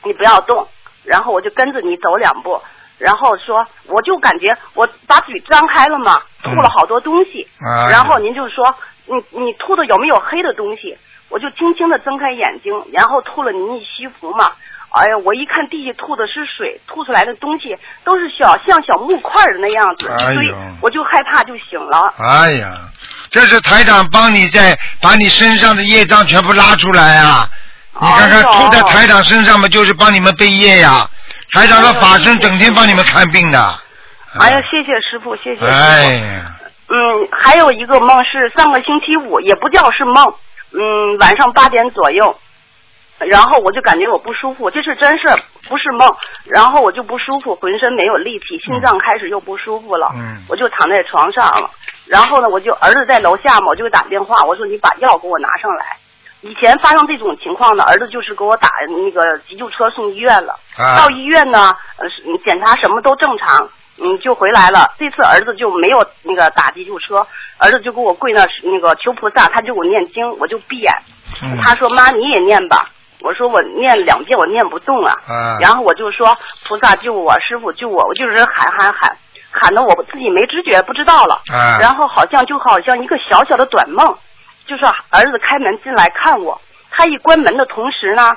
S3: 你不要动，然后我就跟着你走两步，然后说我就感觉我把嘴张开了嘛，吐了好多东西，
S2: 啊，
S3: 然后您就说你你吐的有没有黑的东西？我就轻轻的睁开眼睛，然后吐了您一西服嘛。哎呀，我一看地下吐的是水，吐出来的东西都是小像小木块儿的那样子，
S2: 哎呦
S3: 所以我就害怕就醒了。
S2: 哎呀，这是台长帮你在把你身上的业障全部拉出来啊！你看看
S3: 哎呦
S2: 吐在台长身上嘛，就是帮你们背业呀。台长的法
S3: 哎
S2: 身
S3: 呦
S2: 整天帮你们看病的。
S3: 哎呀，谢谢师傅，谢谢师傅。
S2: 哎呀，
S3: 嗯，还有一个梦是上个星期五，也不叫是梦，嗯，晚上八点左右，然后我就感觉我不舒服，这是真事儿，不是梦。然后我就不舒服，浑身没有力气，心脏开始又不舒服了，
S2: 嗯
S3: 我就躺在床上了。然后呢，我就儿子在楼下嘛，我就打电话，我说你把药给我拿上来。以前发生这种情况呢，儿子就是给我打那个急救车送医院了。
S2: 啊
S3: 到医院呢，呃，是嗯检查什么都正常，嗯，就回来了。这次儿子就没有那个打急救车，儿子就给我跪那儿那个求菩萨，他就给我念经，我就闭眼。
S2: 嗯
S3: 他说：“妈，你也念吧。”我说：“我念两遍，我念不动啊。
S2: 啊
S3: 然后我就说：“菩萨救我，师傅救我！”我就是喊喊喊，喊的我自己没知觉，不知道了。
S2: 啊
S3: 然后好像就好像一个小小的短梦，就是儿子开门进来看我，他一关门的同时呢，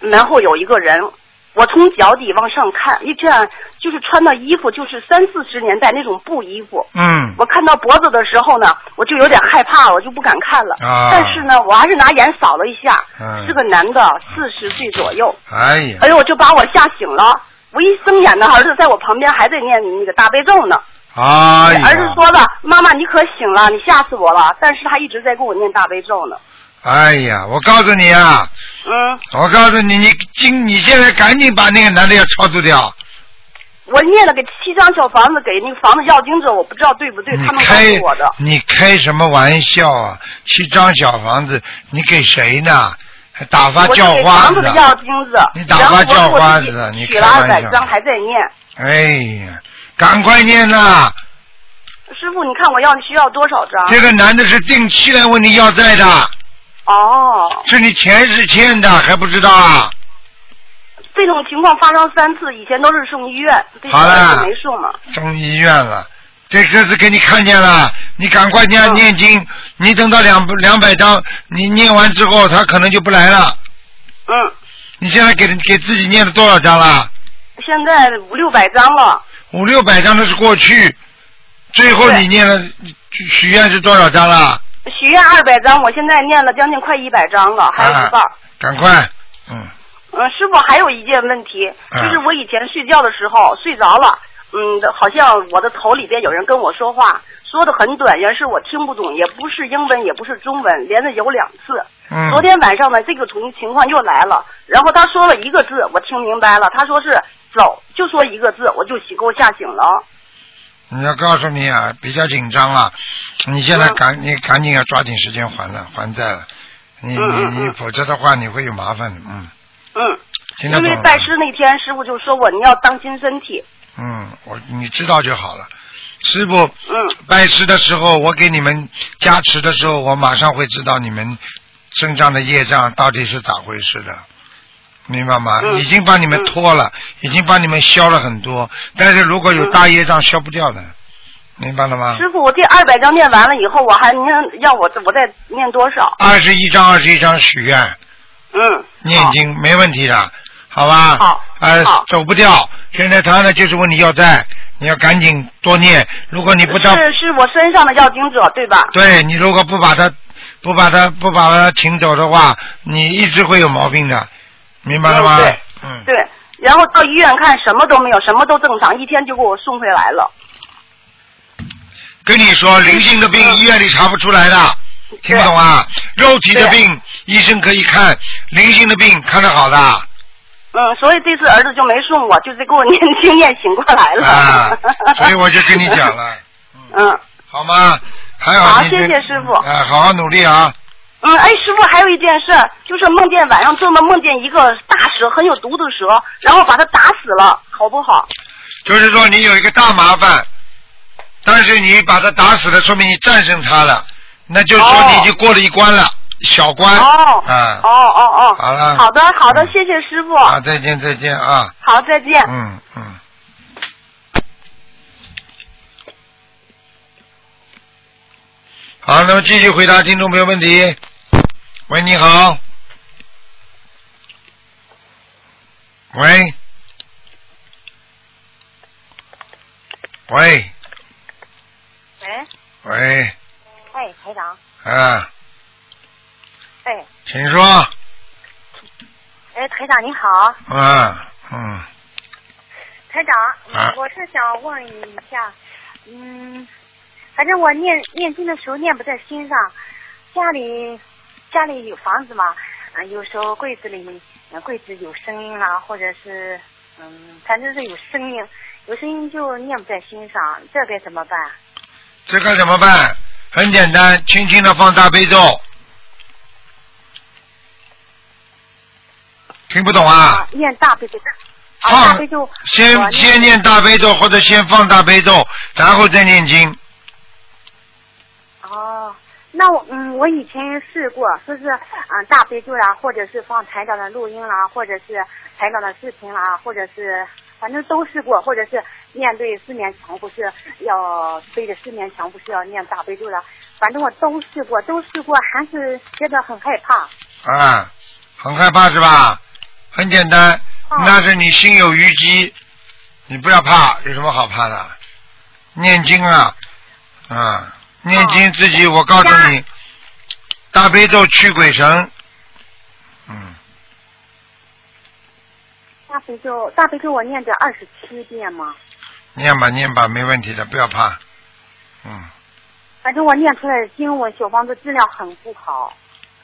S3: 然后有一个人，我从脚底往上看，一看就是穿的衣服就是三四十年代那种布衣服。
S2: 嗯
S3: 我看到脖子的时候呢，我就有点害怕，我就不敢看了。
S2: 啊
S3: 但是呢，我还是拿眼扫了一下，
S2: 嗯
S3: 是个男的，四十岁左右。
S2: 哎呀，
S3: 哎呦，我就把我吓醒了。我一睁眼呢，儿子在我旁边还在念那个大悲咒呢。
S2: 哎呀，
S3: 儿子说了：“妈妈，你可醒了，你吓死我了。”但是他一直在给我念大悲咒呢。
S2: 哎呀，我告诉你啊，
S3: 嗯，
S2: 我告诉你，你今你现在赶紧把那个男的要超度掉。
S3: 我念了个七张小房子给那个房子要经者，我不知道对不对，
S2: 你
S3: 他们告
S2: 开
S3: 诉我的。
S2: 你开什么玩笑啊？七张小房子，你给谁呢？还打发
S3: 我就
S2: 叫
S3: 给
S2: 花
S3: 房子
S2: 子
S3: 的？要经子，
S2: 你打发叫花子
S3: 然后我自己
S2: 你
S3: 取了
S2: 开
S3: 二
S2: 玩
S3: 百
S2: 笑
S3: 张还在念。
S2: 哎呀，赶快念
S3: 啊
S2: 呐！
S3: 师傅，你看我要需要多少张？
S2: 这个男的是定期来问你要债的，
S3: 哦，
S2: 是你前世欠的，还不知道啊？
S3: 这种情况发生三次，以前都是送医院，这次
S2: 好了
S3: 没送嘛。
S2: 送医院了，这这次给你看见了，你赶快念
S3: 嗯
S2: 念经，你等到两两百张，你念完之后，他可能就不来了。
S3: 嗯，
S2: 你现在给给自己念了多少张了？
S3: 现在五六百张了，
S2: 五六百张那是过去，最后
S3: 对
S2: 你念了许许愿是多少张了？
S3: 许愿二百张，我现在念了将近快一百张了，还有一半。
S2: 啊，赶快，嗯
S3: 呃嗯，师傅还有一件问题，
S2: 嗯
S3: 就是我以前睡觉的时候睡着了，嗯，嗯，好像我的头里边有人跟我说话，说的很短，也是我听不懂，也不是英文，也不是中文，连着有两次。
S9: 嗯
S3: 昨天晚上呢，这个情情况又来了，然后他说了一个字，我听明白了，他说是走，就说一个字，我就醒给我吓醒了。
S2: 你要告诉你啊，比较紧张了，你现
S3: 嗯
S2: 在赶你赶紧要抓紧时间还了还债了，你你你否则的话你会有麻烦的，嗯，
S3: 嗯，
S2: 听得
S3: 因为
S2: 懂
S3: 拜
S2: 了，
S3: 师那天，师傅就说我你要当心身体。
S2: 嗯，我你知道就好了。师傅，
S3: 嗯，
S2: 拜师的时候，我给你们加持的时候，我马上会知道你们身上的业障到底是咋回事的，明白吗？
S5: 嗯
S2: 已经帮你们脱了，已经帮你们消了很多，但是如果有大业障消不掉的，明白了吗？
S3: 嗯师傅，我这二百章念完了以后，我还您让我我再念多少？
S2: 二十一章，二十一章许愿，
S3: 嗯，
S2: 念经没问题的，好吧？
S3: 好
S2: 呃
S3: 好，
S2: 走不掉。现在他呢，就是问你要债，你要赶紧多念。如果你不照，
S3: 是是我身上的要经者对吧？
S2: 对你如果不把他不把他不把他请走的话，你一直会有毛病的，明白了吗？
S3: 嗯对对，然后到医院看什么都没有，什么都正常，一天就给我送回来了。
S2: 跟你说，灵性的病医院里查不出来的，听不懂啊？肉体的病医生可以看，灵性的病看得好的
S3: 嗯，所以这次儿子就没送我，就是给我念经念醒过来了。
S2: 啊，所以我就跟你讲了，
S3: 嗯，
S2: 好吗？还有
S3: 好，
S2: 你
S3: 谢谢师傅。
S2: 哎，好好努力啊！
S3: 嗯，哎，师傅，还有一件事儿，就是梦见晚上做梦梦见一个大蛇，很有毒的蛇，然后把它打死了，好不好？
S2: 就是说你有一个大麻烦，但是你把它打死了，说明你战胜它了，那就是说你已经过了一关了，小关。
S3: 哦
S2: 啊，
S3: 哦哦哦，
S2: 好了
S3: 好的好的，谢谢师傅，
S2: 啊，再见再见啊，
S3: 好，再见。
S2: 嗯嗯。好，那么继续回答听众朋友问题。喂，你好。喂。喂嗯
S6: 喂，
S2: 喂，
S6: 哎，台长，
S2: 啊，
S6: 哎，
S2: 请说，
S6: 哎，台长你好，
S2: 啊，嗯，
S6: 台长，嗯
S2: 啊
S6: 我是想问一下，嗯，反正我念念经的时候念不在心上，家里家里有房子嘛，嗯、有时候柜子里、呃柜子有声音啦、或者是嗯，反正是有声音，有声音就念不在心上，这该怎么办？
S2: 这该怎么办？很简单，轻轻的放大悲咒。听不懂啊？
S6: 啊，念大悲咒，啊，
S2: 放
S6: 大悲咒，我
S2: 先先念大悲咒，或者先放大悲咒，然后再念经。
S6: 哦，那我嗯，我以前试过，说是嗯、大悲咒啦，或者是放台长的录音啦，或者是台长的视频啦，或者是反正都试过，或者是面对四面墙不是要对着四面墙不是要念大悲咒啦，反正我都试过，都试过，还是觉得很害怕。
S2: 啊，很害怕是吧？很简单，那是你心有余悸，你不要怕，有什么好怕的？念经啊，啊，念经自己，我告诉你，大悲咒驱鬼神，嗯
S6: 大悲咒，大悲咒我念着二十七遍嘛，
S2: 念吧念吧，没问题的，不要怕。嗯，
S6: 反正我念出来的经文小房子质量很不好。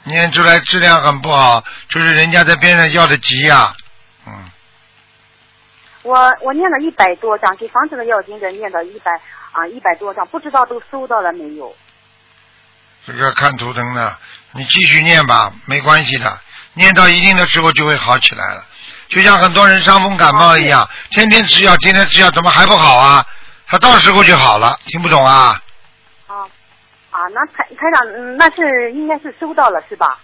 S2: 念出来质量很不好，就是人家在边上要的急呀、嗯
S6: 我我念了一百多张，给房子的要经者念了一百啊一百多张，不知道都收到了没有？
S2: 这个看图腾的，你继续念吧，没关系的，念到一定的时候就会好起来了。就像很多人伤风感冒一样，天天吃药，天天吃药，怎么还不好啊？他到时候就好了，听不懂啊？
S6: 啊，那台台长，嗯那是应该是收到了是吧？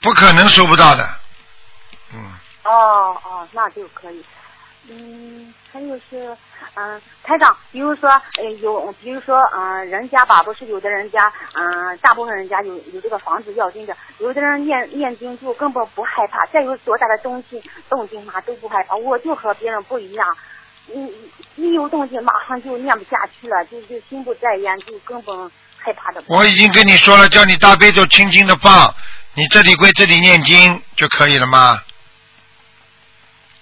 S2: 不可能收不到的。嗯
S6: 哦哦，那就可以。嗯，还有是，嗯、台长，比如说，呃，有，比如说，嗯、人家吧，不是有的人家，嗯、大部分人家有有这个房子要经者，有的人念念经就根本不害怕，再有多大的动静动静嘛都不害怕，我就和别人不一样，嗯，一有动静马上就念不下去了，就就心不在焉，就根本害怕的。
S2: 我已经跟你说了，叫你大悲咒轻轻的放，你这里归这里念经就可以了吗？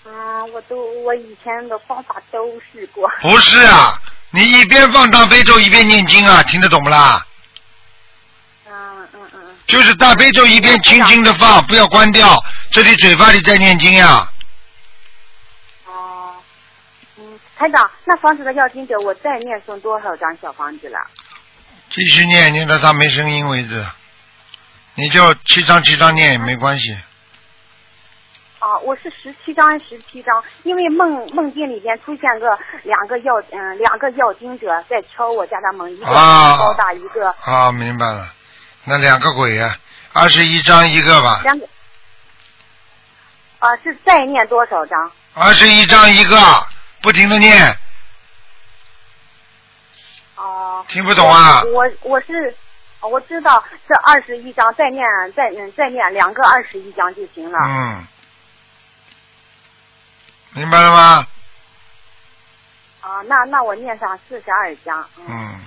S6: 嗯，我都我以前的方法都试过。
S2: 不是啊，你一边放大悲咒一边念经啊，听得懂不啦？嗯嗯嗯。就是大悲咒一边轻轻的放，不要关掉，这里嘴巴里在念经呀、
S6: 哦台长，那房子的要经者，我再念送多少张小房子了？
S2: 继续念，念到他没声音为止。你就七张七张念也没关系。
S6: 啊，我是十七张，十七张，因为梦梦境里边出现个两个要嗯、两个要经者在敲我家的门，一个
S2: 啊
S6: 高大一个，
S2: 啊，明白了。那两个鬼呀、啊，二十一张一个吧，
S6: 两个啊是再念多少张？
S2: 二十一张一个，不停的念。
S6: 哦、
S2: 听不懂啊？
S6: 我我是我知道这二十一张再念再嗯再念两个二十一张就行了。
S2: 嗯。明白了吗？
S6: 啊，那那我念上四十二章。嗯
S2: 嗯，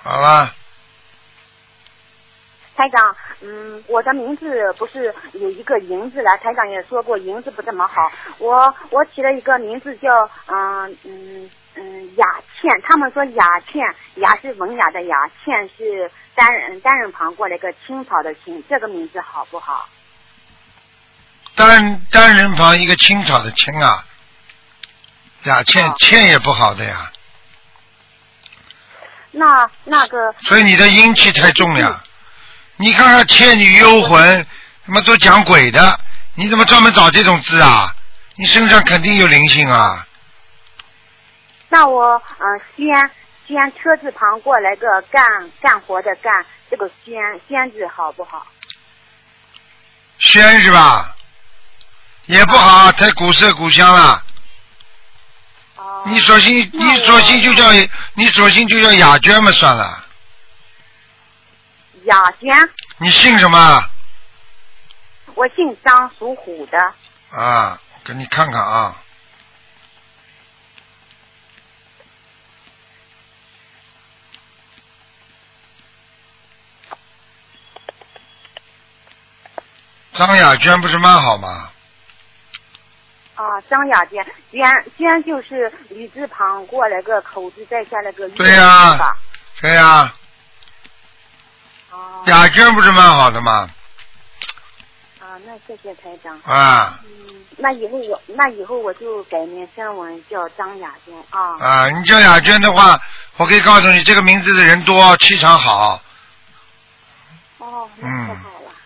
S2: 好了，
S6: 台长，嗯，我的名字不是有一个“银”字来，台长也说过“银”字不怎么好。我我起了一个名字叫，嗯嗯嗯，雅倩。他们说雅倩，雅是文雅的雅，倩是单人单人旁过来一个青草的青，这个名字好不好？
S2: 单单人旁一个青草的青啊，呀，欠欠也不好的呀，
S6: 那那个，
S2: 所以你的阴气太重了。你看看《倩女幽魂》，他妈都讲鬼的，你怎么专门找这种字啊？你身上肯定有灵性啊！
S6: 那我嗯，西安西安车字旁过来个干干活的干，这个西安西安字好不好？
S2: 轩是吧？也不好，啊太古色古香了。
S6: 哦
S2: 你索性你索性就叫你索性就叫雅娟嘛算了。
S6: 雅娟，
S2: 你姓什么
S6: 我姓张，属虎的。
S2: 啊？我给你看看啊。张雅娟不是蛮好吗？
S6: 啊，张雅娟，娟娟就是女字旁过来个口字，再下来个玉
S2: 对呀
S6: 是吧
S2: 对呀、
S6: 哦
S2: 雅娟不是蛮好的吗？
S6: 啊，那谢谢台长。嗯
S2: 啊
S6: 那以后我那以后我就改名声纹叫张雅娟啊。
S2: 啊，你叫雅娟的话，我可以告诉你，这个名字的人多，气场好。
S6: 哦，
S2: 嗯，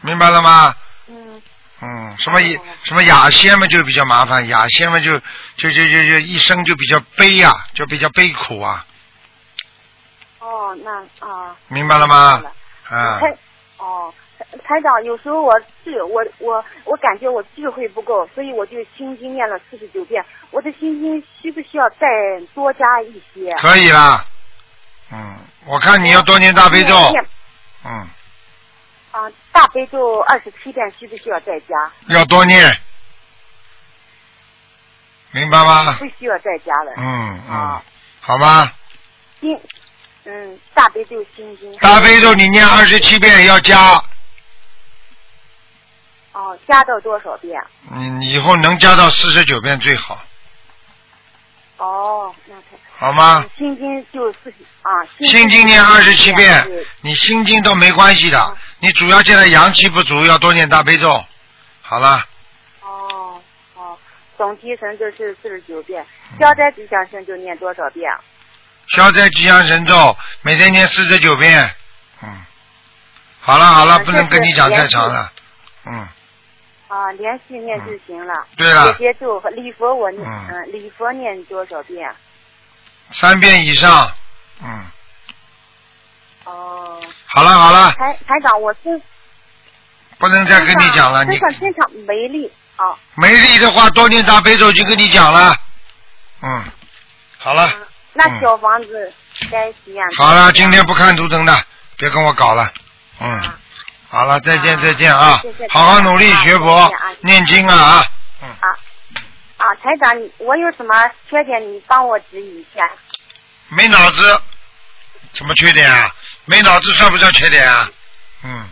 S2: 明白了吗？
S6: 嗯
S2: 嗯，什么雅什么雅仙嘛就比较麻烦，雅仙嘛就就就就就一生就比较悲呀、就比较悲苦啊，
S6: 哦，那啊。
S2: 明白了吗？啊，
S6: 台哦，台台长，有时候我智我我我感觉我智慧不够，所以我就心经念了四十九遍。我的心经需不需要再多加一些？
S2: 可以啦。嗯，我看你要多念大悲咒。
S6: 念
S2: 嗯，
S6: 啊，大悲咒二十七遍需不需要再加？
S2: 要多念，明白吗？
S6: 不需要再加了。
S2: 嗯嗯，好吧。
S6: 心，嗯，大悲咒心经。
S2: 大悲咒你念二十七遍要加，
S6: 哦，加到多少遍？
S2: 你你以后能加到四十九遍最好，
S6: 哦，那太嗯
S2: 好吗？
S6: 心经就四十啊。
S2: 啊心经念二十七遍
S6: 是，
S2: 你心经都没关系的，你主要现在阳气不足，要多念大悲咒。好了，
S6: 哦哦，总提神就是四十九遍，
S2: 嗯
S6: 消灾吉祥神就念多少遍？啊
S2: 消灾吉祥神咒每天念四十九遍，嗯，好了好了，
S6: 嗯
S2: 不能
S6: 这是
S2: 跟你讲太
S6: 连续
S2: 长了，嗯，
S6: 啊，连续念就行了。
S2: 对了
S6: 姐姐咒和礼佛我念，
S2: 嗯
S6: 嗯，礼佛念多少遍？
S2: 三遍以上，嗯，
S6: 哦。
S2: 好了好了，
S6: 台哎台长，我身
S2: 不能再跟你讲了，你
S6: 身上身上没力啊。
S2: 没力的话多念大悲咒，就跟你讲了，嗯，好了。
S6: 那小房子该许愿。
S2: 嗯好了，今天不看图腾的，别跟我搞了。嗯，好了，再见再见啊
S6: 啊谢谢！
S2: 好好努力
S6: 啊
S2: 学
S6: 再
S2: 佛
S6: 见啊
S2: 念经啊啊！
S6: 啊，台长，你我有什么缺点，你帮我指引一下。
S2: 没脑子，什么缺点啊？没脑子算不算缺点啊？嗯，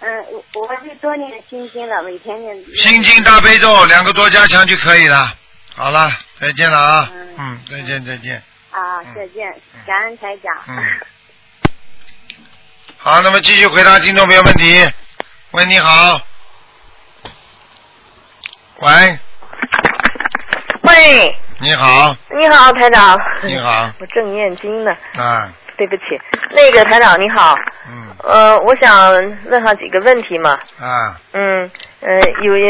S6: 嗯，我我是多念心经了，每天念。
S2: 心经大悲咒两个多加强就可以了，好了，再见了啊，嗯，再见再见。
S10: 啊，再见，感恩台长。
S2: 嗯。好，那么继续回答听众朋友问题。喂，你好。喂，
S4: 喂，
S2: 你好，
S4: 你好，台长。
S2: 你好，
S4: 我正念经呢，
S2: 啊，
S4: 对不起。那个台长你好，
S2: 嗯，
S4: 呃，我想问上几个问题嘛。
S2: 啊，
S4: 嗯，呃，有一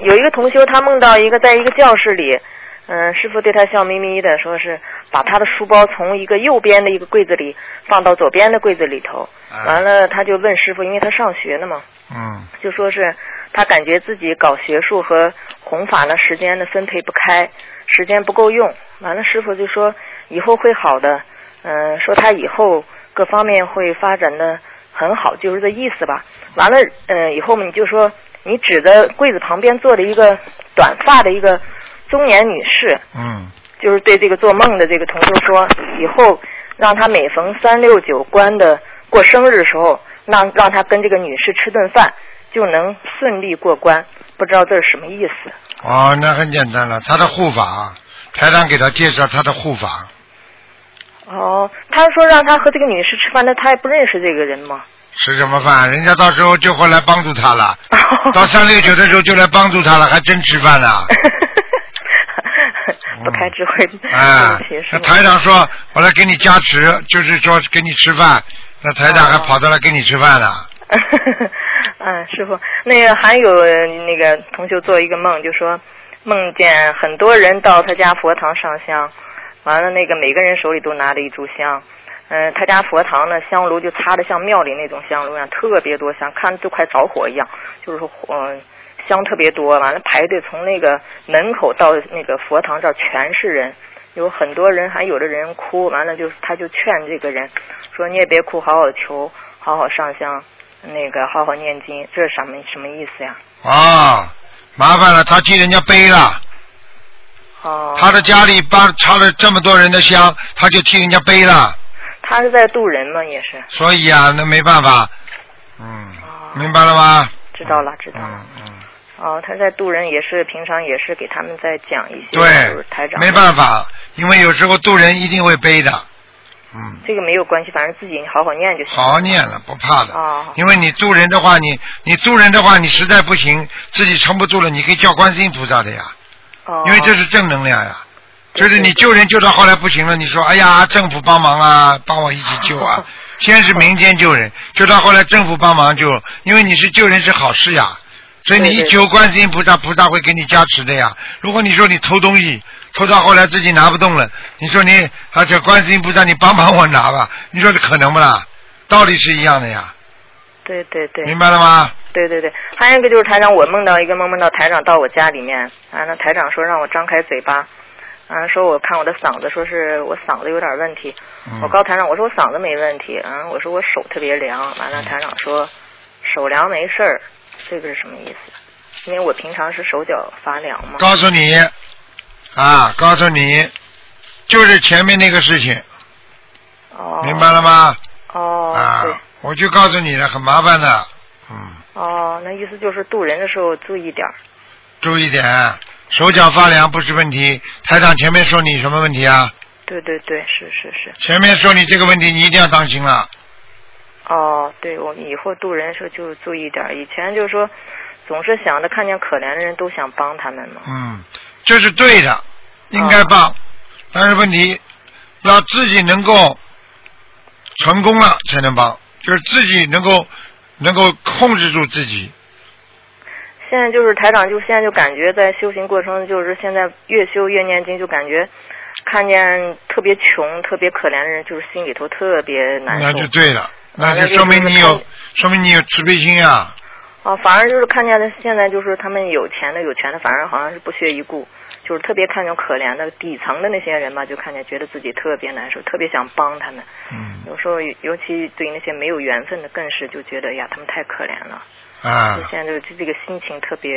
S4: 有一个同修，他梦到一个在一个教室里，嗯、师傅对他笑眯眯的，说是把他的书包从一个右边的一个柜子里放到左边的柜子里头。
S2: 啊
S4: 完了，他就问师傅，因为他上学呢嘛，
S2: 嗯，
S4: 就说是他感觉自己搞学术和弘法呢时间呢分配不开，时间不够用。完了，师傅就说以后会好的，嗯、说他以后各方面会发展的很好，就是这意思吧。完了，嗯、以后你就说你指着柜子旁边坐着一个短发的一个中年女士，
S2: 嗯，
S4: 就是对这个做梦的这个同修说，以后让他每逢三六九关的过生日的时候，让让他跟这个女士吃顿饭，就能顺利过关。不知道这是什么意思？
S2: 哦，那很简单了，他的护法，台长给他介绍他的护法，
S4: 哦，他说让他和这个女士吃饭，那他也不认识这个人吗？
S2: 吃什么饭？人家到时候就会来帮助他了，
S4: 哦
S2: 到三六九的时候就来帮助他了，还真吃饭了。
S4: 不开智慧，
S2: 啊
S4: 对不起，
S2: 那
S4: 是
S2: 台长说我来给你加持，就是说给你吃饭，那台长
S4: 哦
S2: 还跑到来给你吃饭了。
S4: 嗯，师傅，那个还有呃那个同学做一个梦，就说梦见很多人到他家佛堂上香，完了那个每个人手里都拿着一炷香，嗯、他家佛堂呢香炉就擦的像庙里那种香炉一样，特别多香，看就快着火一样，就是说嗯、香特别多，完了排队从那个门口到那个佛堂这儿全是人。有很多人，还有的人哭，完了就是他就劝这个人说：“你也别哭，好好求，好好上香，那个好好念经。”这是什么什么意思呀？
S2: 啊，麻烦了，他替人家背了。
S4: 哦。
S2: 他的家里帮插了这么多人的香，他就替人家背了，
S4: 他是在渡人吗？也是，
S2: 所以啊，那没办法，嗯，明白了吗？嗯
S4: 知道了，知道了。哦，他在渡人也是，平常也是给他们在讲一些，就是
S2: 对
S4: 台长，
S2: 没办，法，因为有时候渡人一定会背的，嗯
S4: 这个没有关系，反正自己好好念就行。
S2: 好好念了，不怕的。
S4: 哦，
S2: 因为你渡人的话，你你渡人的话，你实在不行，自己撑不住了，你可以叫观世音菩萨的呀，
S4: 哦，
S2: 因为这是正能量呀。就是你救人救到后来不行了，你说哎呀，政府帮忙啊，帮我一起 救啊。先是民间救人，救到后来政府帮忙救，因为你是救人是好事呀，所以你一
S11: 对对
S2: 求观世音菩萨，菩萨会给你加持的呀。如果你说你偷东西，偷到后来自己拿不动了，你说你而且观世音菩萨，你帮帮我拿吧，你说这可能不啦？道理是一样的呀。
S4: 对对对，
S2: 明白了吗？
S4: 对对对，还有一个就是台长，我梦到一个梦，梦到台长到我家里面，啊，那台长说让我张开嘴巴，啊，说我看我的嗓子，说是我嗓子有点问题，
S2: 嗯
S4: 我告台长，我说我嗓子没问题，啊，我说我手特别凉，完
S2: 嗯
S4: 了台长说手凉没事儿，这个是什么意思？因为我平常是手脚发凉嘛。
S2: 告诉你，啊，告诉你，就是前面那个事情，
S4: 哦，
S2: 明白了？吗？
S4: 哦，
S2: 啊
S4: 对，
S2: 我就告诉你了，很麻烦的，嗯
S4: 哦，那意思就是渡人的时候注意点儿。
S2: 注意点，手脚发凉不是问题。台长前面说你什么问题啊？
S4: 对对对，是是是。
S2: 前面说你这个问题，你一定要当心了。
S4: 哦，对，我们以后渡人时候就注意点儿。以前就是说，总是想着看见可怜的人都想帮他们嘛。
S2: 嗯，这是对的，应该
S4: 哦
S2: 帮，但是问题要自己能够成功了才能帮，就是自己能够能够控制住自己。
S4: 现在就是台长，就现在就感觉在修行过程，就是现在越修越念经，就感觉看见特别穷、特别可怜的人，就是心里头特别难受。
S2: 那就对了，那
S4: 啊那
S2: 就
S4: 就
S2: 说明
S4: 是
S2: 你有，说明你有慈悲心啊。
S4: 啊，反而就是看见的现在就是他们有钱的有钱的，反而好像是不屑一顾，就是特别看见可怜的底层的那些人吧，就看见觉得自己特别难受，特别想帮他们。
S2: 嗯。
S4: 有时候尤其对那些没有缘分的，更是就觉得呀，他们太可怜了。
S2: 啊
S4: 就，现在就是这个心情特别，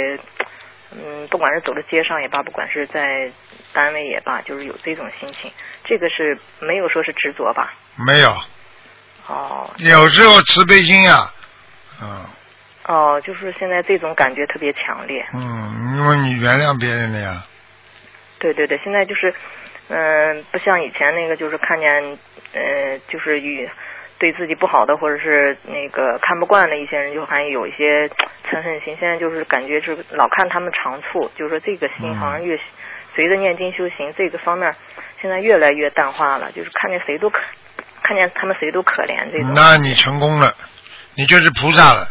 S4: 嗯，不管是走在街上也罢，不管是在单位也罢，就是有这种心情，这个是没有说是执着吧？
S2: 没有，
S4: 哦
S2: 有时候慈悲心啊，嗯
S4: 哦，就是现在这种感觉特别强烈。
S2: 嗯，因为你原谅别人了呀，
S4: 对对对，现在就是，嗯、不像以前那个，就是看见，呃，就是与对自己不好的，或者是那个看不惯的一些人，就还有一些嗔恨心。现在就是感觉是老看他们长处，就是说这个心好像越、随着念经修行这个方面，现在越来越淡化了，就是看见谁都可，看见他们谁都可怜这种。
S2: 那你成功了，你就是菩萨了。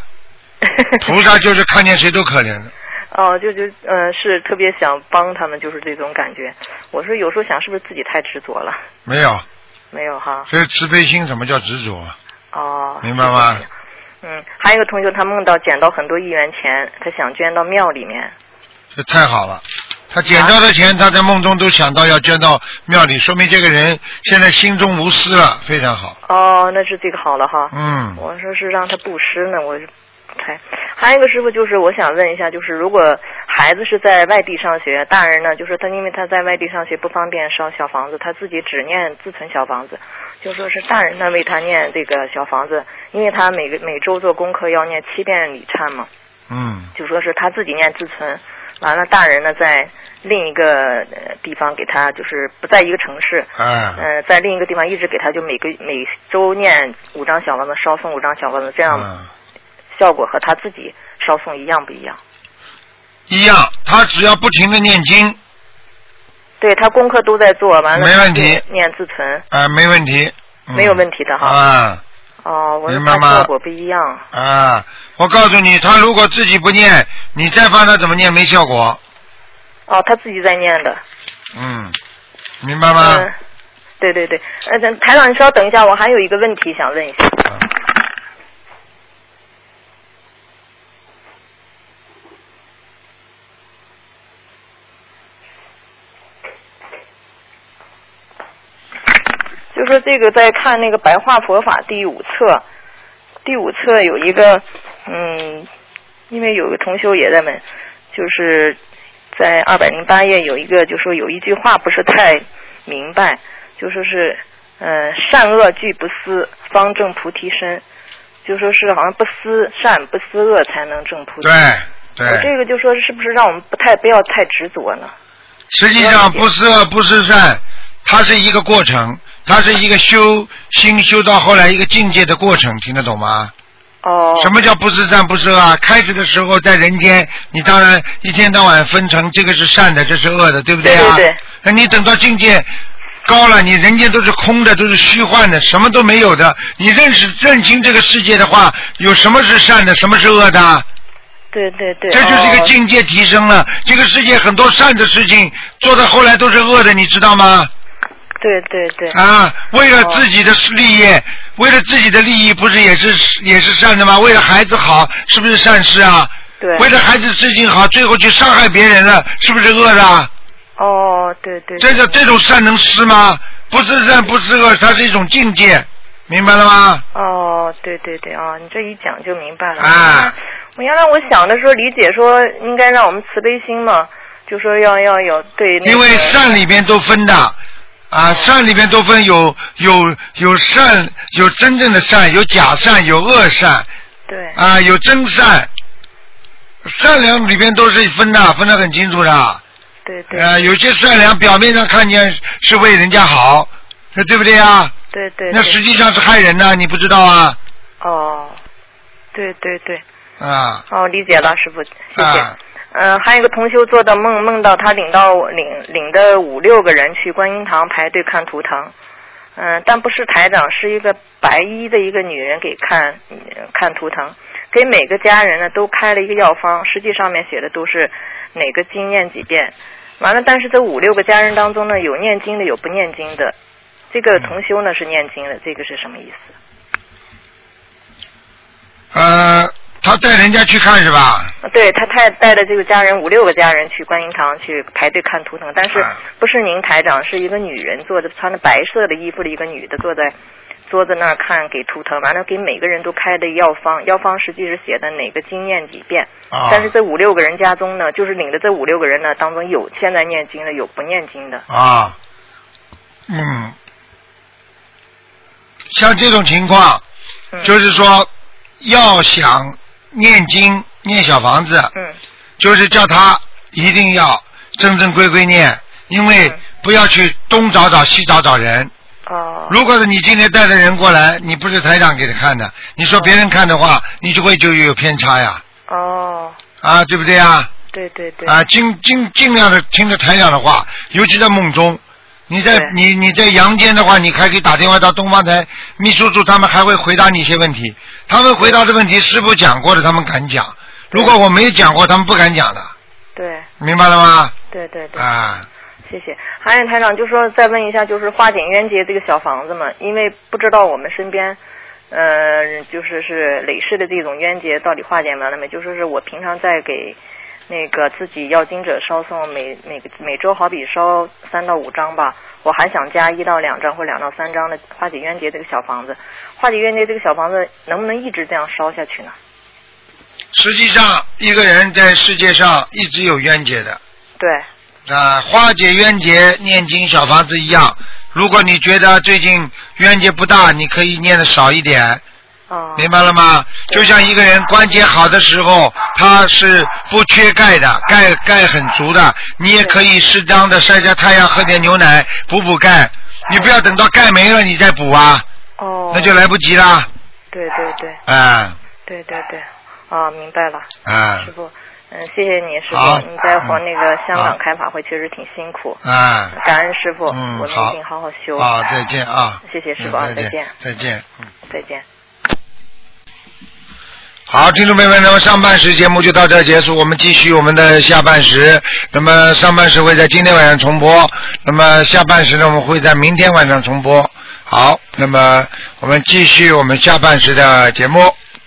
S2: 菩萨就是看见谁都可怜的。
S4: 哦，就就嗯、呃是特别想帮他们，就是这种感觉。我是有时候想，是不是自己太执着了？
S2: 没有，
S4: 没有哈。
S2: 所以慈悲心怎么叫执着？啊
S4: 哦，
S2: 明白吗？
S4: 嗯，还有一个同学，他梦到捡到很多一元钱，他想捐到庙里面。
S2: 这太好了。他捡到的钱，他在梦中都想到要捐到庙里，说明这个人现在心中无私了，非常好。
S4: 哦，那是这个好了哈。
S2: 嗯
S4: 我说是让他布施呢，我才。还有一个师傅就是，我想问一下，就是如果孩子是在外地上学，大人呢，就是他因为他在外地上学不方便烧小房子，他自己只念自存小房子，就说是大人呢为他念这个小房子，因为他每个每周做功课要念七遍礼忏嘛。
S2: 嗯
S4: 就说是他自己念自存，完了大人呢在另一个呃地方给他就是不在一个城市，
S2: 哎
S4: 呃，在另一个地方一直给他就每个每周念五张小王子，烧送五张小王子，这样、
S2: 嗯
S4: 效果和他自己烧送一样不一样？
S2: 一样，他只要不停的念经，
S4: 对他功课都在做，完了
S2: 没问题
S4: 自己念自存、
S2: 啊、没问题。哦嗯
S4: 没有问题的哈。
S2: 啊
S4: 哦，我说
S2: 明白
S4: 他
S2: 吗
S4: 效果不一样。
S2: 啊！我告诉你，他如果自己不念，你再帮他怎么念没效果。
S4: 哦，他自己在念的。
S2: 嗯，明白吗？
S4: 嗯对对对，呃，等台长，你稍等一下，我还有一个问题想问一下。就说这个，在看那个《白话佛法》第五册，第五册有一个，嗯，因为有个同修也在问，就是在二百零八页有一个，就说有一句话不是太明白，就说是，呃，善恶俱不思，方证菩提身，就说是好像不思善不思恶才能证菩提。
S2: 对对，
S4: 我这个就说是不是让我们不太不要太执着呢？
S2: 实际上不是恶不是善，它是一个过程，它是一个修心修到后来一个境界的过程，听得懂吗？
S4: 哦。
S2: 什么叫不是善不是恶啊？开始的时候在人间，你当然一天到晚分成这个是善的，这是恶的，对不啊？
S4: 对对对
S2: 那你等到境界高了，你人间都是空的，都是虚幻的，什么都没有的。你认识认清这个世界的话，有什么是善的，什么是恶的啊？
S4: 对对对。
S2: 这就是一个
S4: 哦
S2: 境界提升了。这个世界很多善的事情做到后来都是恶的，你知道吗？
S4: 对对对。
S2: 啊，为了自己的利益，
S4: 哦
S2: 为了自己的利益，不是也是也是善的吗？为了孩子好，是不是善事啊？
S4: 对
S2: 为了孩子事情好，最后去伤害别人了，是不是恶的啊？
S4: 哦，对对。
S2: 这个这种善能施吗？不是善，不是恶，它是一种境界，明白了吗？
S4: 哦，对对对啊、你这一讲就明白了。啊，我原来我想的说，理解说应该让我们慈悲心嘛，就说要要有对那个。
S2: 因为善里边都分的，啊，善里边都分有有有善，有真正的善，有假善，有恶善，
S4: 对，
S2: 啊，有真善，善良里边都是分的，分得很清楚的。
S4: 对对。
S2: 呃，有些善良表面上看见是为人家好，这对不对啊？
S4: 对对。
S2: 那
S4: 对
S2: 实际上是害人呐，你不知道啊？
S4: 哦，对对对，
S2: 啊
S4: 哦，理解了，师傅，谢谢。
S2: 啊，
S4: 嗯、还有一个同修做的梦，梦到他领到领领的五六个人去观音堂排队看图腾，嗯、但不是台长，是一个白衣的一个女人给看、嗯看图腾，给每个家人呢都开了一个药方，实际上面写的都是哪个经念几遍，完了，但是这五六个家人当中呢，有念经的，有不念经的，这个同修呢是念经的，这个是什么意思？
S2: 呃，他带人家去看是吧？
S4: 对他太带着这个家人五六个家人去观音堂去排队看图腾，但
S2: 啊
S4: 是不是您台长，是一个女人坐着穿着白色的衣服的一个女的坐在桌子那儿看给图腾，完了给每个人都开的药方，药方实际是写的哪个经念几遍，
S2: 啊
S4: 但是这五六个人家中呢，就是领着这五六个人呢当中有现在念经的，有不念经的，
S2: 啊，嗯，像这种情况，
S4: 嗯
S2: 就是说要想念经念小房子，
S4: 嗯，
S2: 就是叫他一定要正正规规念，因
S4: 嗯
S2: 为不要去东找找西找找人。
S4: 哦。
S2: 如果是你今天带的人过来，你不是台长给他看的，你说别人看的话，你就会就有偏差呀，
S4: 哦，
S2: 啊，对不对啊？
S4: 对对对。
S2: 啊，尽尽尽量的听着台长的话，尤其在梦中。你在
S4: 对
S2: 你你在阳间的话，你还可以打电话到东方台秘书处，他们还会回答你一些问题。他们回答的问题，师傅讲过的，他们敢讲；如果我没讲过，他们不敢讲的，
S4: 对
S2: 明白了吗？
S4: 对对对，
S2: 啊，
S4: 谢谢。还有台长，就说再问一下，就是化解冤结这个小房子嘛，因为不知道我们身边，呃，就是是累世的这种冤结到底化解完了没？就说是我平常在给那个自己要经者烧送，每每个每周好比烧三到五张吧，我还想加一到两张或两到三张的化解冤结这个小房子。化解冤结这个小房子能不能一直这样烧下去呢？
S2: 实际上，一个人在世界上一直有冤结的。
S4: 对。
S2: 啊，化解冤结，念经小房子一样。如果你觉得最近冤结不大，你可以念的少一点。
S4: 哦。
S2: 明白了吗？就像一个人关节好的时候，他是不缺钙的，钙钙很足的。你也可以适当的晒晒太阳，喝点牛奶，补补钙。你不要等到钙没了你再补啊，
S4: 哦。
S2: 那就来不及啦。
S4: 对对对
S2: 啊
S4: 对对对，啊，明白了。
S2: 啊
S4: 师傅，嗯，谢谢你，师
S2: 好嗯啊
S4: 傅，你在和那个香
S2: 好
S4: 港开法会确实挺辛苦，
S2: 啊！
S4: 感恩师傅，
S2: 嗯
S4: 我们
S2: 好
S4: 一定好好修。
S2: 好，再见啊！
S4: 谢谢师
S2: 嗯
S4: 傅啊
S2: 再
S4: 再见
S2: 再见。嗯
S4: 再见。
S2: 好，听众朋友们，那么上半时节目就到这儿结束，我们继续我们的下半时。那么上半时会在今天晚上重播，那么下半时呢，我们会在明天晚上重播。好，那么我们继续我们下半时的节目。